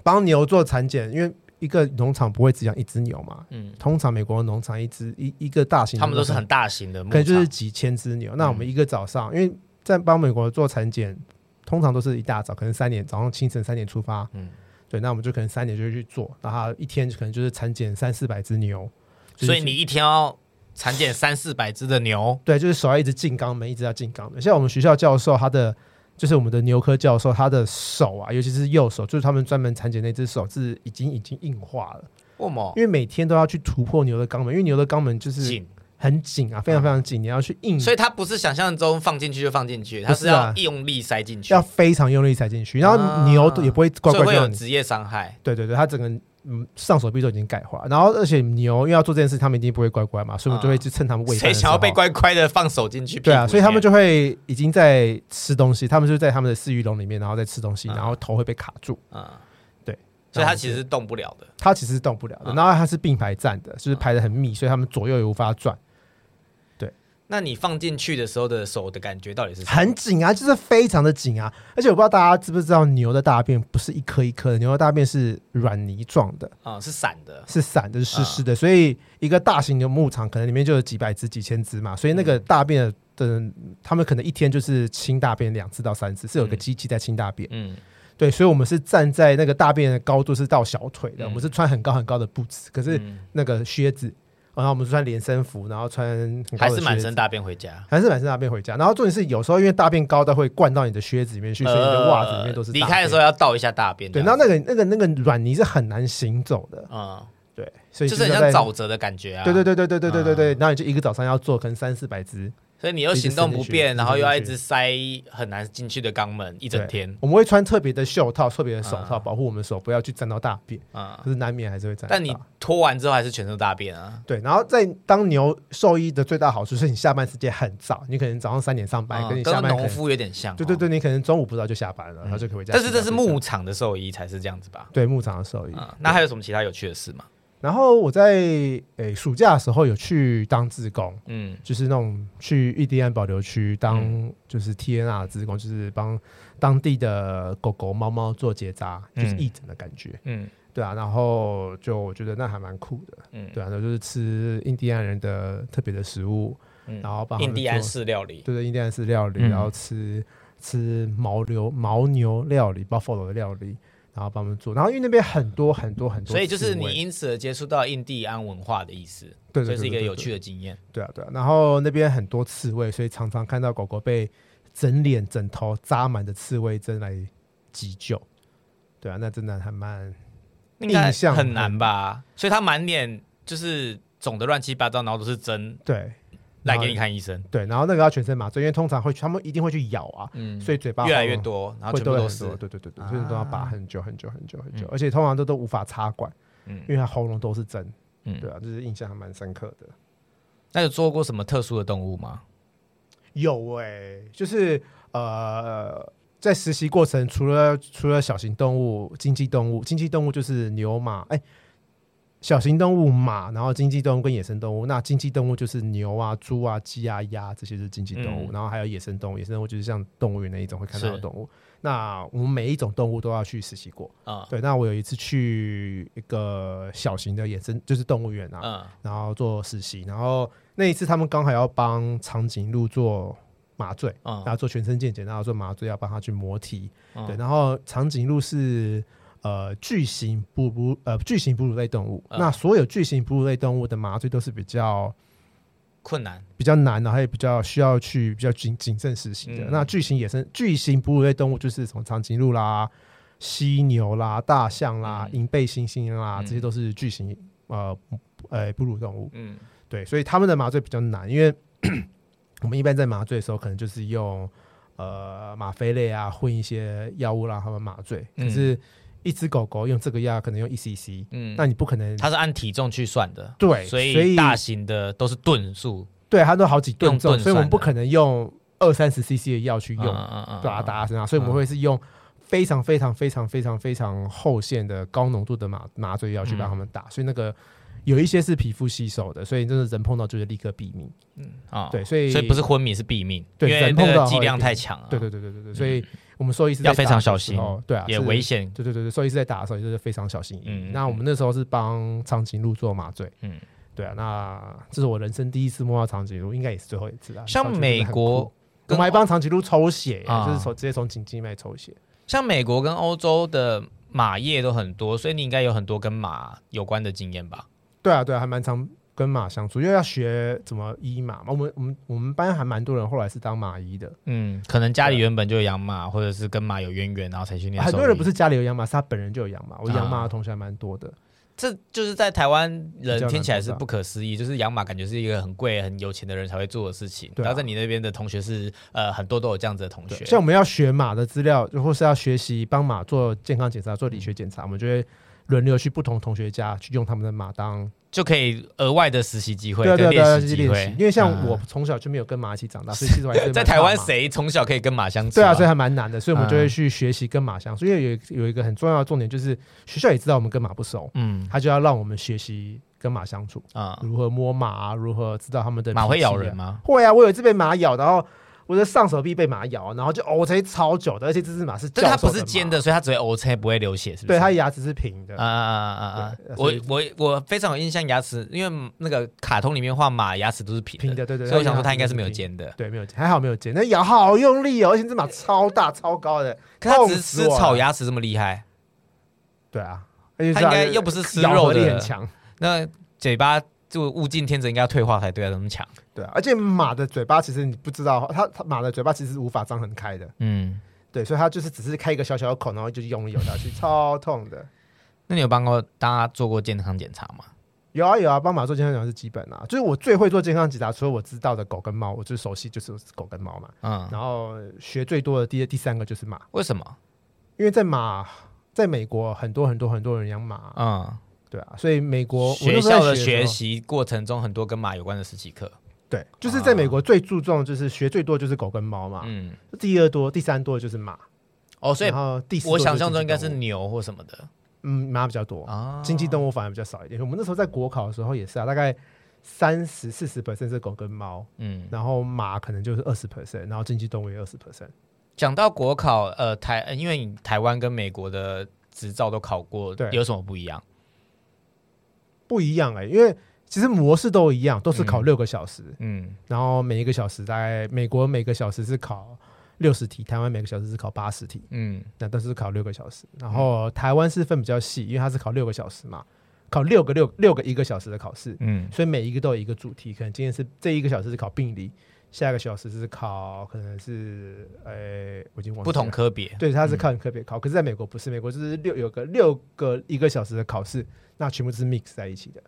B: 帮牛做产检，因为一个农场不会只养一只牛嘛，
A: 嗯，
B: 通常美国的农场一只一一个大型的
A: 他们都
B: 农
A: 是
B: 场
A: 很大型的牧
B: 可能
A: 场，嗯
B: 就是几千只牛。那我们一个早上，因为在帮美国做产检，通常都是一大早，可能三点早上清晨三点出发，
A: 嗯
B: 对，那我们就可能三点就去做，然后一天可能就是产检三四百只牛，就是
A: 所以你一天要产检三四百只的牛，
B: 对，就是手要一直进肛门，一直要进肛门。像我们学校教授他的。就是我们的牛科教授，他的手啊，尤其是右手，就是他们专门产检那只手是已经已经硬化了，
A: 为什么
B: 因？为每天都要去突破牛的肛门，因为牛的肛门就是
A: 哦紧，
B: 很紧啊，非常非常紧，你要去硬
A: 所以它不是想象中放进去就放进去，它
B: 嗯不
A: 是
B: 是啊
A: 要用力塞进去
B: 要。非常用力踩进去，然后
A: 啊
B: 牛也不会乖
A: 所以
B: 乖
A: 会有
B: 让你。
A: 职业伤害。
B: 对对对，它整个嗯上手臂都已经钙化，然后而且牛因为要做这件事，他们一定不会乖乖嘛，所以我们就会去趁他们喂
A: 啊
B: 饭
A: 谁
B: 的时
A: 想
B: 候。
A: 要被乖乖的放手进去？
B: 对啊，所以他们
A: 就
B: 就会已经在吃东西，他们就在他们的饲鱼笼里面，然后在吃东西，
A: 嗯
B: 然后头会被卡住，
A: 嗯，
B: 对，
A: 所以它
B: 然后
A: 其实是动不了的。
B: 它其实是动不了的。
A: 嗯
B: 然后它是并排站的，
A: 啊
B: 就是排的很密，所以他们左右也无法转，
A: 那你放进去的时候的手的感觉到底是什么
B: 很紧啊，就是非常的紧啊。而且我不知道大家知不知道，牛的大便不是一颗一颗的，牛的大便是软泥状的，
A: 啊、是散的，
B: 是散的，是湿湿
A: 嗯
B: 的，所以一个大型的牧场可能里面就有几百只、几千只嘛，所以那
A: 嗯
B: 个大便的，他们可能一天就是清大便两次到三次，是有个
A: 嗯
B: 机器在清大便。
A: 嗯，
B: 对，所以我们是站在那个大便的高度是到小腿的，
A: 嗯
B: 我们是穿很高很高的布子，可是
A: 嗯
B: 那个靴子，然后我们穿连身服，然后穿很高
A: 还
B: 的
A: 是满
B: 靴子
A: 身大便回家。
B: 还是满身大便回家。然后重点是有时候因为大便高到会灌到你的靴子里面去，所以你的袜子里面都是
A: 呃离
B: 大
A: 开的
B: 便
A: 时候。要倒一下大便。
B: 对，
A: 这样
B: 然后那个那个那个软泥是很难行走的，
A: 嗯，
B: 对，所以
A: 就是很
B: 要
A: 像
B: 在
A: 沼泽的感觉啊。
B: 对对对对对对对对对，然后你就一个早上要做可能三四百只，
A: 所以你又行动不便，然后又要一直塞很难进去的肛门一整天
B: 对，我们会穿特别的袖套、特别的手套
A: 啊
B: 保护我们手，不要去沾到大便，
A: 啊、
B: 可是难免还是会沾到。
A: 但你脱完之后还是全身大便啊，
B: 对，然后在当牛兽医的最大好处是你下班时间很早，你可能早上三点上班，
A: 嗯
B: 跟你下
A: 跟
B: 班可
A: 农
B: 能
A: 夫有点像、哦
B: 对对，对，你可能中午不到就下班了，然后就可以回家
A: 但
B: 洗
A: 是
B: 澡睡觉。
A: 这是牧场的兽医才是这样子吧？
B: 对牧场的兽医。
A: 啊、那还有什么其他有趣的事吗？
B: 然后我在诶暑假的时候有去当志工，
A: 嗯
B: 就是那种去印第安保留区当就是 TNR 职工，就是帮当地的狗狗、猫猫做结扎，就是
A: 嗯
B: 义诊的感觉，
A: 嗯
B: 对啊。然后就我觉得那还蛮酷的，
A: 嗯，
B: 对啊，那就是吃印第安人的特别的食物，
A: 嗯
B: 然后帮他们
A: 印第安
B: 做
A: 式料理，
B: 对对，印第安式料理，
A: 嗯
B: 然后吃吃牦牛牦牛料理、buffalo 的料理，然后帮他们做。然后因为那边很多很多很多刺
A: 所
B: 猬，
A: 以就是你因此而接触到印第安文化的意思，
B: 对
A: 所以
B: 对
A: 是一个有
B: 趣。对对
A: 趣的经验。
B: 对啊，对啊。然后那边很多刺猬，所以常常看到狗狗被整脸、枕头扎满的刺猬针来急救。对啊，那真的还蛮……
A: 应该
B: 印象
A: 很难吧？所以他满脸就是肿的乱七八糟，然后都是针，
B: 对
A: 来给你看医生，
B: 对。然后那个要全身麻醉，因为通常会他们一定会去咬啊，
A: 嗯，
B: 所以嘴巴
A: 越来越多，然后
B: 会
A: 全部
B: 都
A: 都
B: 会
A: 是啊
B: 很多。对对对对，所以都要拔很久很久很久很久，
A: 嗯
B: 而且通常都都无法插管，
A: 嗯
B: 因为它喉咙都是针。
A: 嗯
B: 对啊，就是印象还蛮深刻的。
A: 那有做过什么特殊的动物吗？
B: 有哎、就是呃，在实习过程，除了除了小型动物、经济动物，经济动物就是牛马，哎、小型动物马，然后经济动物跟野生动物。那经济动物就是牛啊、猪啊、鸡啊、鸭这些是经济动
A: 嗯
B: 物，然后还有野生动物，野生动物就是像动物园那一种会看到的
A: 是
B: 动物。那我们每一种动物都要去实习过。
A: 嗯
B: 对，那我有一次去一个小型的野生，就是动物园啊，
A: 嗯
B: 然后做实习，然后那一次他们刚好要帮长颈鹿做麻醉，然
A: 嗯
B: 后做全身健检，然后做麻醉要帮他去磨蹄，
A: 嗯
B: 啊对，然后长颈鹿是呃巨型哺乳呃巨型哺乳类动物，
A: 嗯
B: 那所有巨型哺乳类动物的麻醉都是比较
A: 困难，
B: 比较难，然后也比较需要去比较谨谨慎实行的。
A: 嗯
B: 那巨型野生巨型哺乳类动物就是什么长颈鹿啦、犀牛啦、大象啦、
A: 嗯
B: 银背猩猩啦，
A: 嗯
B: 这些都是巨型呃呃哺乳动物。
A: 嗯
B: 对，所以他们的麻醉比较难，因为 <clears throat> 我们一般在麻醉的时候，可能就是用呃吗啡类啊，混一些药物让他们麻醉。可
A: 嗯
B: 是，一只狗狗用这个药，可能用一 cc，、
A: 嗯，
B: 那你不可能，
A: 它是按体重去算的，
B: 对
A: 所
B: 所以
A: 以大型的都是吨数，
B: 对它都好几吨
A: 用
B: 重，
A: 吨
B: 所以我们
A: 算
B: 不
A: 的
B: 可能用二三十 cc 的药去用，
A: 嗯嗯
B: 对啊把它打，在身上，所以我们会是用。非常非常非常非常非常后线的高浓度的麻麻醉药去
A: 嗯
B: 帮他们打，所以那个有一些是皮肤吸收的，所以真的人碰到就是立刻毙命。
A: 啊，
B: 对，所以
A: 所以不是昏迷是毙命，
B: 对
A: 因为
B: 人
A: 那
B: 碰到
A: 个
B: 的
A: 剂
B: 话
A: 量
B: 一定
A: 太强了，
B: 对对对对对对，所以我们兽医师
A: 啊嗯要非常小心
B: 哦，对啊，
A: 也
B: 是
A: 危险，
B: 对对对对，兽医师在打的时候也是非常小心翼翼。
A: 嗯
B: 那我们那时候是帮长颈鹿做麻醉，
A: 嗯。
B: 对啊，那这是我人生第一次摸到长颈鹿，应该也是最后一次啊。
A: 像
B: 长颈鹿真的
C: 美
B: 很
C: 国
B: 酷，我们还帮长颈鹿抽血，
A: 啊
B: 就是从直接从颈静脉抽血。
A: 像美国跟欧洲的马业都很多，所以你应该有很多跟马有关的经验吧？
B: 对啊，对啊，还蛮常跟马相处，因为要学怎么医马嘛。我们我们我们班还蛮多人后来是当马医的，
A: 嗯，可能家里原本就有养马，或者是跟马有渊源，然后才去念兽医。
B: 啊很多人不是家里有养马，是他本人就有养马。我养马
A: 啊
B: 的同学还蛮多的。
A: 这就是在台湾
B: 比较
A: 人
B: 难
A: 听起来是
B: 做到
A: 不可思议，就是养马感觉是一个很贵、很有钱的人才会做的事情。
B: 对啊
A: 然后在你那边的同学是呃很多都有这样子的同学，
B: 像我们要学马的资料，或是要学习帮马做健康检查、做理学检查，我们就会轮流去不同同学家去用他们的马当
A: 就可以额外的实习机会
B: 对啊对
A: 跟
B: 啊对啊，
A: 练习
B: 去
A: 机
B: 练
A: 会
B: 习。。因为像
A: 嗯
B: 我从小就没有跟马一起长大，所以其
A: <laughs>
B: 实我还是蛮
A: 在台湾
B: 怕马
A: 谁嗯从小可以跟马相处、
B: 对啊，所以
A: 以
B: 还蛮难的，所以我们就会去学习跟马相处。因为有一有一个很重要的重点就是，学校也知道我们跟马不熟，
A: 嗯
B: 他就要让我们学习跟马相处，
A: 啊、
B: 如何摸马啊，如何知道他们的
A: 马会
B: 脾气啊
A: 咬人？吗？
B: 会啊，我有一次被马咬，然后我的上手臂被马咬，然后就哦，才超久的，而且这只马是
A: 但是它
B: 教授
A: 不是
B: 马
A: 尖的，，所以它只会 O C 不会流血，是不是？
B: 对，它牙齿是平的。
A: 啊啊啊啊啊！
B: 对
A: 我
B: 所以
A: 我我非常有印象，牙齿因为那个卡通里面画马牙齿都是平的，
B: 平的对对对
A: 所以我想说
B: 它
A: 它
B: 牙齿
A: 应该是没有
B: 都是平
A: 尖的。
B: 对，没有还好没有尖，那咬好用力哦，而且这马超大超高的，
A: 可它
B: 痛
A: 只是
B: 死
A: 吃
B: 我
A: 草
B: 了，
A: 牙齿这么厉害，
B: 对啊，而且
A: 它应该又不是吃
B: 咬合
A: 肉
B: 力很
A: 的，
B: 强，
A: 那嘴巴就物竞天择，应该要退化才对啊，怎么强？
B: 对啊，而且马的嘴巴其实你不知道，它它马的嘴巴其实是无法张很开的，
A: 嗯，
B: 对，所以它就是只是开一个小小的口，然后就用力咬下去，超痛的。
A: 那你有帮过大家做过健康检查吗？
B: 有啊有啊，帮马做健康检查是基本啊，就是我最会做健康检查，除了我知道的狗跟猫，我最熟悉就是狗跟猫嘛。
A: 嗯，
B: 然后学最多的第第三个就是马，
A: 为什么？
B: 因为在马在美国很多很多很多人养马，
A: 嗯，
B: 对啊，所以美国我
A: 学
B: 那时
A: 校
B: 候
A: 的
B: 在
A: 学
B: 时候
A: 习过程中很多跟马有关的实习课，
B: 对，就是在美国最注重就是学最多就是狗跟猫嘛，
A: 啊嗯，
B: 第二多第三多就是马，
A: 哦，所以
B: 然后第四多
A: 我
B: 就是
A: 想象中应该
B: 经
A: 是
B: 济动物
A: 牛或什么的
B: 嗯马比较多
A: 啊，
B: 经济动物反而比较少一点。我们那时候在国考的时候也是啊，大概三十四十 percent 是狗跟猫，
A: 嗯，
B: 然后马可能就是二十 percent，然后经济动物也二十 percent。
A: 讲到国考，呃，台呃因为你台湾跟美国的执照都考过，
B: 对
A: 有什么不一样？
B: 不一样哎、因为其实模式都一样，都是考六个小时，
A: 嗯，
B: 然后每一个小时大概美国每个小时是考六十题，台湾每个小时是考八十题，
A: 嗯，
B: 那都是考六个小时。然后台湾是分比较细，因为它是考六个小时嘛，考六个六六个一个小时的考试，
A: 嗯，
B: 所以每一个都有一个主题，可能今天是这一个小时是考病理。下一个小时是考，可能是，呃、我已经忘记了
A: 不同科别，
B: 对，它是看科别考，可是在美国不是，美国就是六有个六个一个小时的考试，那全部都是 mix 在一起的，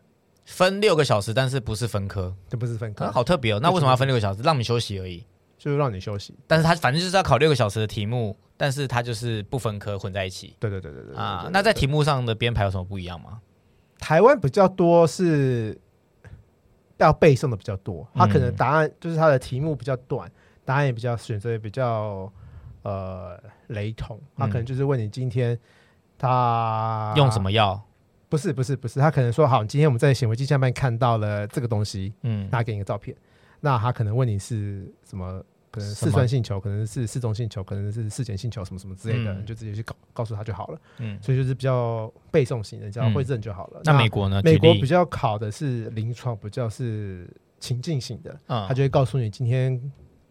A: 分六个小时，但是不是分科，
B: 这不是分科，
A: 啊、好特别哦。那为什么要分六个小时？让你休息而已。
B: 就是让你休息。
A: 但是他反正就是要考六个小时的题目，但是他就是不分科混在一起
B: 对对对对对
A: 啊
B: 对。
A: 那在题目上的编排有什么不一样吗？
B: 台湾比较多是要背诵的比较多，它可能
A: 嗯
B: 答案就是它的题目比较短，答案也比较选择也比较呃雷同，它可能就是问你今天它
A: 用什么药？
B: 不是不是不是，他可能说好，今天我们在显微镜下面看到了这个东西，
A: 嗯
B: 拿给你一个照片，那他可能问你是什么，可能
A: 什
B: 嗜
A: 么
B: 酸性球，可能是嗜中性球，可能是嗜碱性球，什么什么之类的，
A: 嗯
B: 你就直接去告告诉他就好了。
A: 嗯。
B: 所以就是比较背诵型的，你只要会认就好了。
A: 那美国呢？啊
B: 美
A: 举
B: 国
A: 例
B: 比较考的是临床，比较是情境型的，
A: 嗯
B: 他就会告诉你今天。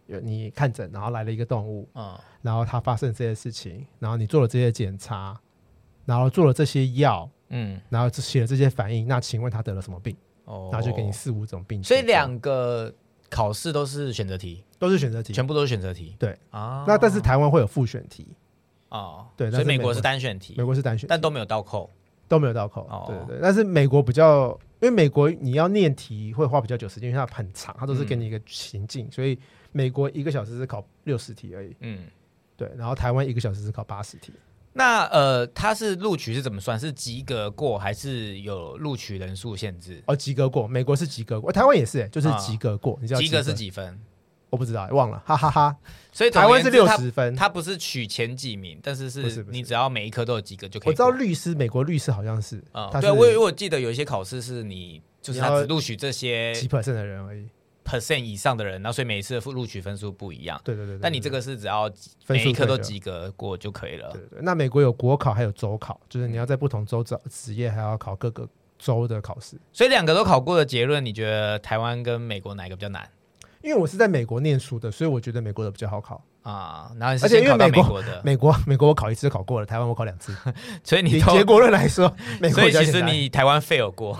B: 有你看诊，然后来了一个动物，
A: 嗯
B: 然后它发生这些事情，然后你做了这些检查，然后做了这些药，
A: 嗯
B: 然后写了这些反应，那请问他得了什么病？
A: 哦，
B: 然后就给你四五种病症，
A: 所以两个考试都是选择题，
B: 都是选择题。
A: 全部都是选择题。
B: 对
A: 啊，
B: 那但是台湾会有复选题，
A: 哦，
B: 对
A: 所以
B: 但是
A: 美
B: 美
A: 国
B: 国
A: 是单选题
B: 美，国是单选题，
A: 但都没有倒扣。
B: 都没有倒扣
A: 哦。
B: 对对对，但是美国比较，因为美国你要念题会花比较久时间，因为它很长，它都是给
A: 嗯
B: 你一个情境，所以美国一个小时是考六十题而已。
A: 嗯，
B: 对，然后台湾一个小时是考八十题。
A: 那呃，他是录取是怎么算？是及格过还是有录取人数限制？
B: 哦，及格过，美国是及格过，台湾也是、就是及格过。你知道
A: 啊及格是？几分？
B: 我不知道，忘了，哈哈哈
A: 所以
B: 台湾是六
A: 他
B: 十分。
A: 他不是取前几名，但是
B: 不
A: 是
B: 是不是
A: 你只要每一科都有及格就可以过。
B: 我知道律师，美国律师好像是，
A: 啊、
B: 他是
A: 对我有我记得有一些考试是你就是
B: 你
A: 他
B: 要
A: 只录取这些
B: 几 percent 的人而已。
A: percent 以上的人，然后所以每一次的录取分数不一样。
B: 对对对对。
A: 但你这个是只要
B: 分数
A: 每一科
B: 可以
A: 都
B: 的
A: 及格过就可以了
B: 对。对对，那美国有国考，还有州考，就是
A: 嗯
B: 你要在不同州找职业，还要考各个州的考试。
A: 所以两个都考过的结论，你觉得台湾跟美国哪一个比较难
B: 因为我是在美国念书的，所以我觉得美国的比较好考。
A: 啊？然后你是
B: 而且
A: 先
B: 因为
A: 考到
B: 美国
A: 国的，
B: 美国， <laughs> 美国我考一次就考过了，台湾我考两次。
A: 所以嗯你
B: 以
A: 都
B: 结果论来说，美国
A: <laughs> 所以
B: 比较
A: 其
B: 简
A: 实
B: 单
A: 你台湾 fail 过，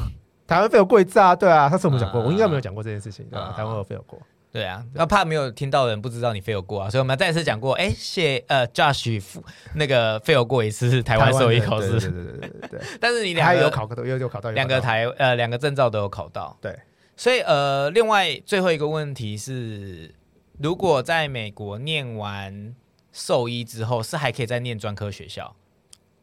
B: 台湾费有过一次啊，对啊，上次我们讲过，
A: 啊
B: 我应该没有讲过这件事情，对吧
A: 啊
B: 台湾有费有过，
A: 对啊，那怕没有听到的人不知道你 fail 过啊，所以我们再次讲过，哎，谢呃 Josh 复那个 fail 过一次台
B: 台
A: 湾
B: 的
A: 兽医考
B: 对
A: 试，
B: 对对对
A: <laughs>
B: 对对对，
A: 但是你两
B: 还有
A: 个
B: 考过的，有有考到有考到
A: 两个台呃两个证照都有考到，
B: 对，
A: 所以呃另外最后一个问题是，如果在美国念完兽医之后，是还可以再念专科学校？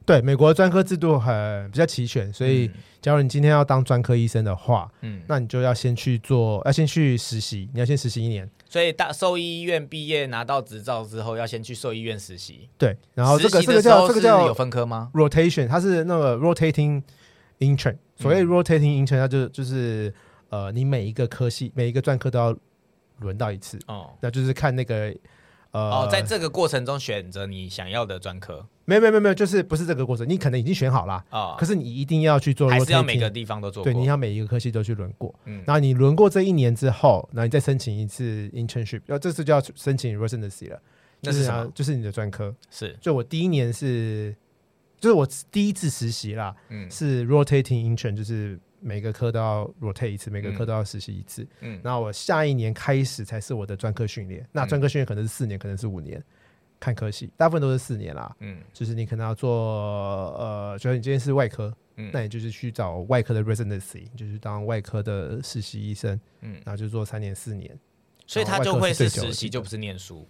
B: 对美国的专科制度很比较齐全，所以假如你今天要当专科医生的话，
A: 嗯，
B: 那你就要先去做，要先去实习，你要先实习一年，
A: 所以大兽医院毕业拿到执照之后，要先去兽医院实习。
B: 对，然后这个
A: 实习
B: 这
A: 的
B: 个
A: 时候
B: 叫这个
A: 是有
B: 叫
A: 分科吗？
B: rotation，它是那个 rotating intern，所
A: 嗯
B: 谓 rotating intern，它就就是呃，你每一个科系每一个专科都要轮到一次，
A: 哦、
B: 那就是看那个呃，
A: 哦，在这个过程中选择你想要的专科
B: 没有没有没有没有，就是不是这个过程，你可能已经选好啦，
A: 啊，
B: 可是你一定要去做 rotating，
A: 还是要每个地方都做过。
B: 对，你要每一个科系都去轮过。
A: 嗯
B: 然后你轮过这一年之后，然后你再申请一次 internship，然后这次就要申请 residency 了。
A: 那是
B: 就
A: 什
B: 啊
A: 么？
B: 就是你的专科。
A: 是
B: 就我第一年是，就是我第一次实习啦，
A: 嗯
B: 是 rotating intern，就是每个科都要 rotate 一次，每个
A: 嗯
B: 科都要实习一次。
A: 嗯，
B: 然后我下一年开始才是我的专科训练。那专科训练可能是四年，可能是五年，看科系，大部分都是四年啦。
A: 嗯
B: 就是你可能要做呃，主要你今天是外科，
A: 嗯
B: 那你就是去找外科的 residency，就是当外科的实习医生，
A: 嗯，
B: 然后就做三年四年。
A: 所以他就会是实
B: 哦外科是最
A: 习，
B: 久
A: 就
B: 的
A: 不是念书。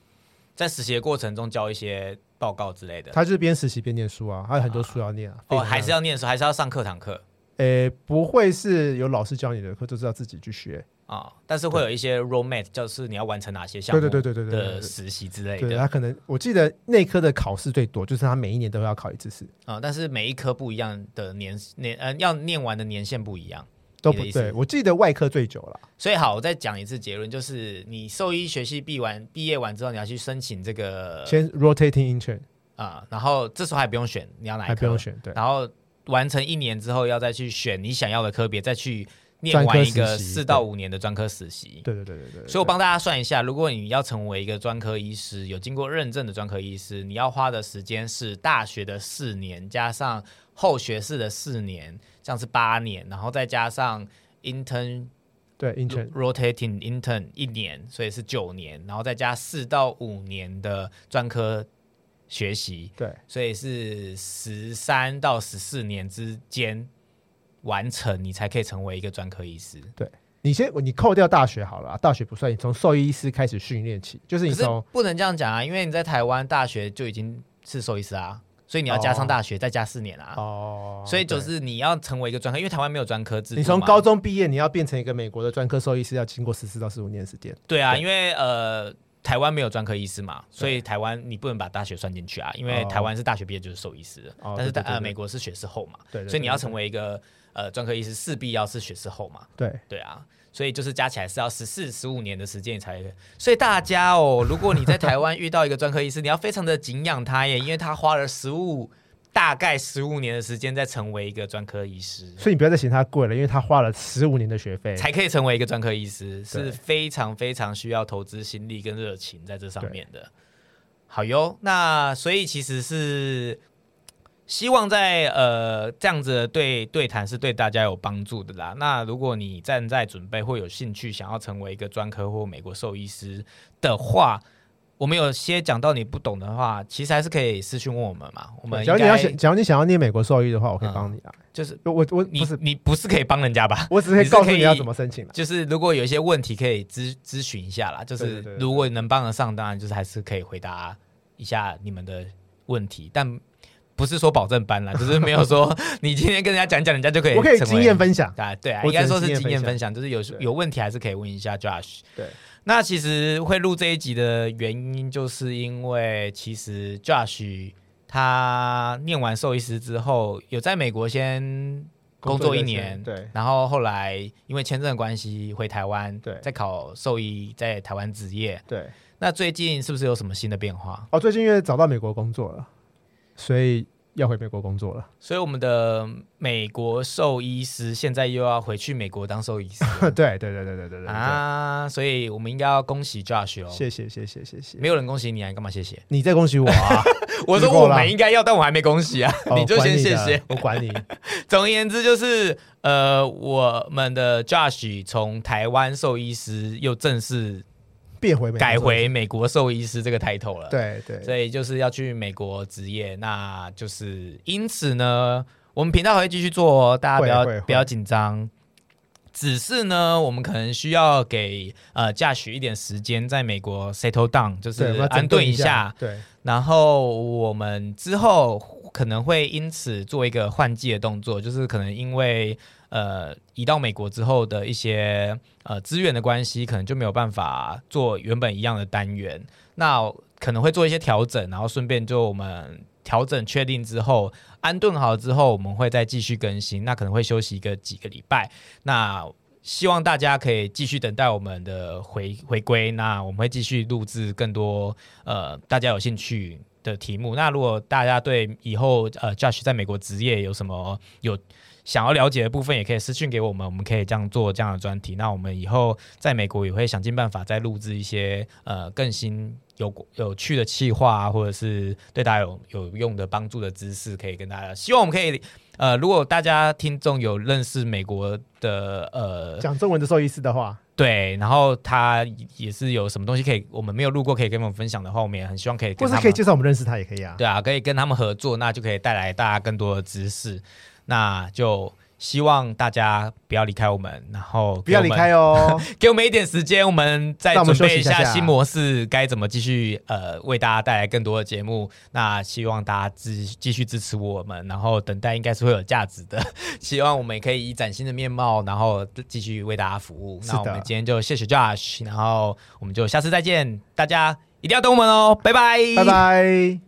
A: 在实习的过程中交一些报告之类的。
B: 他就是边实习边念书啊，还有很多书要念啊。
A: 哦，还是
B: 要
A: 要念书，还是要上课堂课
B: 诶、不会是有老师教你的课，就是要自己去学。
A: 啊、但是会有一些 roadmap，就是你要完成哪些项
B: 对
A: 目
B: 对对对对对
A: 的
B: 对
A: 实习之类
B: 对。对
A: 的啊、
B: 他可能我记得内科的考试最多，就是他每一年都要考一次试，
A: 啊但是每一科不一样的年年呃要念完的年限不一样。
B: 都
A: 你的
B: 不
A: 意思
B: 对。我记得外科最久了，
A: 所以好，我再讲一次结论，就是你兽医学系毕完毕业完之后，你要去申请这个
B: 先 rotating intern
A: 啊、然后这时候还不用选你要哪一科，
B: 还不用，选，对
A: 然后完成一年之后要再去选你想要的科别，再去念
B: 专科
A: 完一
B: 实
A: 个
B: 习
A: 四
B: 对
A: 到五年的专科实习。
B: 对对对对对。
A: 所以我帮大家算一下，如果你要成为一个专科医师，有经过认证的专科医师，你要花的时间是大学的四年，加上后学士的四年，这样是八年，然后再加上 intern
B: 对 intern
A: rotating intern 一年，所以是九年，然后再加四到五年的专科学习，
B: 对
A: 所以是十三到十四年之间完成，你才可以成为一个专科医师。
B: 你先，你扣掉大学好了啊、大学不算，你从兽医师开始训练起，就是
A: 可
B: 你
A: 是
B: 从
A: 不能这样讲啊，因为你在台湾大学就已经是兽医师啊，所以你要加上大学、再加四年啊。
B: 哦，
A: 所以就
B: 对
A: 是你要成为一个专科，因为台湾没有专科制度嘛。
B: 你从高中毕业，你要变成一个美国的专科兽医师，要经过十四到十五年的时间。
A: 对啊，
B: 对
A: 因为呃，台湾没有专科医师嘛，所以台湾你不能把大学算进去啊，因为
B: 哦
A: 台湾是大学毕业就是兽医师的，
B: 哦
A: 但是
B: 对对对
A: 呃
B: 对
A: 美国是学士后嘛，
B: 对对对
A: 所以你要成为一个呃专科医师，势必要是学士后嘛，
B: 对，
A: 对啊。所以就是加起来是要十四、十五年的时间你才，所以大家哦，如果你在台湾遇到一个专科医师，你要非常的敬仰他耶，因为他花了十五大概十五年的时间在成为一个专科医师，
B: 所以你不要再嫌它贵了，因为它花了十五年的学费。
A: 才可以成为一个专科医师，是
B: 对
A: 非常非常需要投资心力跟热情在这上面的。好哟，那所以其实是希望在呃这样子的对对谈是对大家有帮助的啦。那如果你站在准备或有兴趣想要成为一个专科或美国兽医师的话，我们有些讲到你不懂的话，其实还是可以私讯问我们嘛。我们
B: 只要
A: 应
B: 你要
A: 该
B: 想，只要你想要念美国兽医的话，我可以
A: 嗯
B: 帮你啊。
A: 就是
B: 我我我
A: 你
B: 不是，
A: 你不是可以帮人家吧？
B: <laughs> 我只是可
A: 你
B: 以
A: 是
B: 告诉
A: 可以
B: 你要怎么申请啦。
A: 就是如果有一些问题可以咨咨询一下啦，就
B: 对
A: 是
B: 对对对
A: 如果能帮得上，当然就是还是可以回答一下你们的问题，但不是说保证班
B: <laughs>
A: 啦，就是没有说 <laughs> 你今天跟人家讲讲，人家就可以
B: 我可以
A: 成为
B: 经验分享。
A: 啊，对啊，
B: 我
A: 应
B: 只能
A: 该说是经
B: 经验
A: 验
B: 分
A: 分享，就是有
B: 对
A: 有问题还是可以问一下 Josh。
B: 对，
A: 那其实会录这一集的原因，就是因为其实 Josh 他念完兽医师之后，有在美国先工作一
B: 个
A: 年
B: 钱，对
A: 然后后来因为签证的关系回台湾，
B: 对
A: 再考兽医，在台湾执业。
B: 对。
A: 那最近是不是有什么新的变化？
B: 哦，最近因为找到美国工作了，所以要回美国工作了。
A: 所以我们的美国兽医师现在又要回去美国当兽医师
B: 对 <laughs> 对对对对对对对。
A: 嗯啊，所以我们应该要恭喜 Josh 哦。
B: 谢谢谢谢谢谢，
A: 没有人恭喜你啊，你干嘛谢谢？
B: 你在恭喜
A: <laughs>
B: 我啊！
A: 我说我们应该要，但我还没恭喜啊，
B: 哦
A: 你就
B: 管
A: 先谢
B: 的
A: 谢。
B: 我管你。
A: 总而言之，就是呃，我们的 Josh 从台湾兽医师又正式
B: 变回美国
A: 改
B: 做
A: 回美国兽医师这个 title 了。
B: 对对
A: 所以就是要去美国职业，那就是因此呢，我们频道还会继续做哦，大家不
B: 会会
A: 要
B: 会
A: 不要紧张。只是呢，我们可能需要给呃嫁许一点时间，在美国 settle down，就是
B: 对，我要整
A: 安顿一
B: 下，对，
A: 然后我们之后可能会因此做一个换季的动作，就是可能因为呃移到美国之后的一些呃资源的关系，可能就没有办法做原本一样的单元，那可能会做一些调整，然后顺便就我们。调整确定之后，安顿好之后，我们会再继续更新。那可能会休息一个几个礼拜。那希望大家可以继续等待我们的回回归。那我们会继续录制更多呃大家有兴趣的题目。那如果大家对以后呃 Josh 在美国职业有什么有想要了解的部分，也可以私讯给我们，我们可以这样做这样的专题。那我们以后在美国也会想尽办法再录制一些呃更新有有趣的企划啊，或者是对大家有有用的帮助的知识，可以跟大家。希望我们可以呃，如果大家听众有认识美国的呃
B: 讲中文的兽医师的话，
A: 对，然后他也是有什么东西可以我们没有录过，可以跟我们分享的话，我们也很希望可以
B: 或
A: 跟
B: 是
A: 他
B: 可以
A: 们
B: 介绍我们认识他也可以啊。
A: 对啊，可以跟他们合作，那就可以带来大家更多的知识。那就希望大家不要离开我们，然后
B: 不要离开哦，
A: <laughs> 给我们一点时间，我们再
B: 那我们
A: 准备
B: 休息
A: 一
B: 一下
A: 下
B: 下
A: 新模式该怎么继续呃为大家带来更多的节目。那希望大家支继续支持我们，然后等待应该是会有价值的。 <laughs> 希望我们也可以以崭新的面貌，然后继续为大家服务。
B: 是的
A: 那我们今天就谢谢 Josh，然后我们就下次再见，大家一定要等我们哦，拜拜， <laughs>
B: 拜。拜。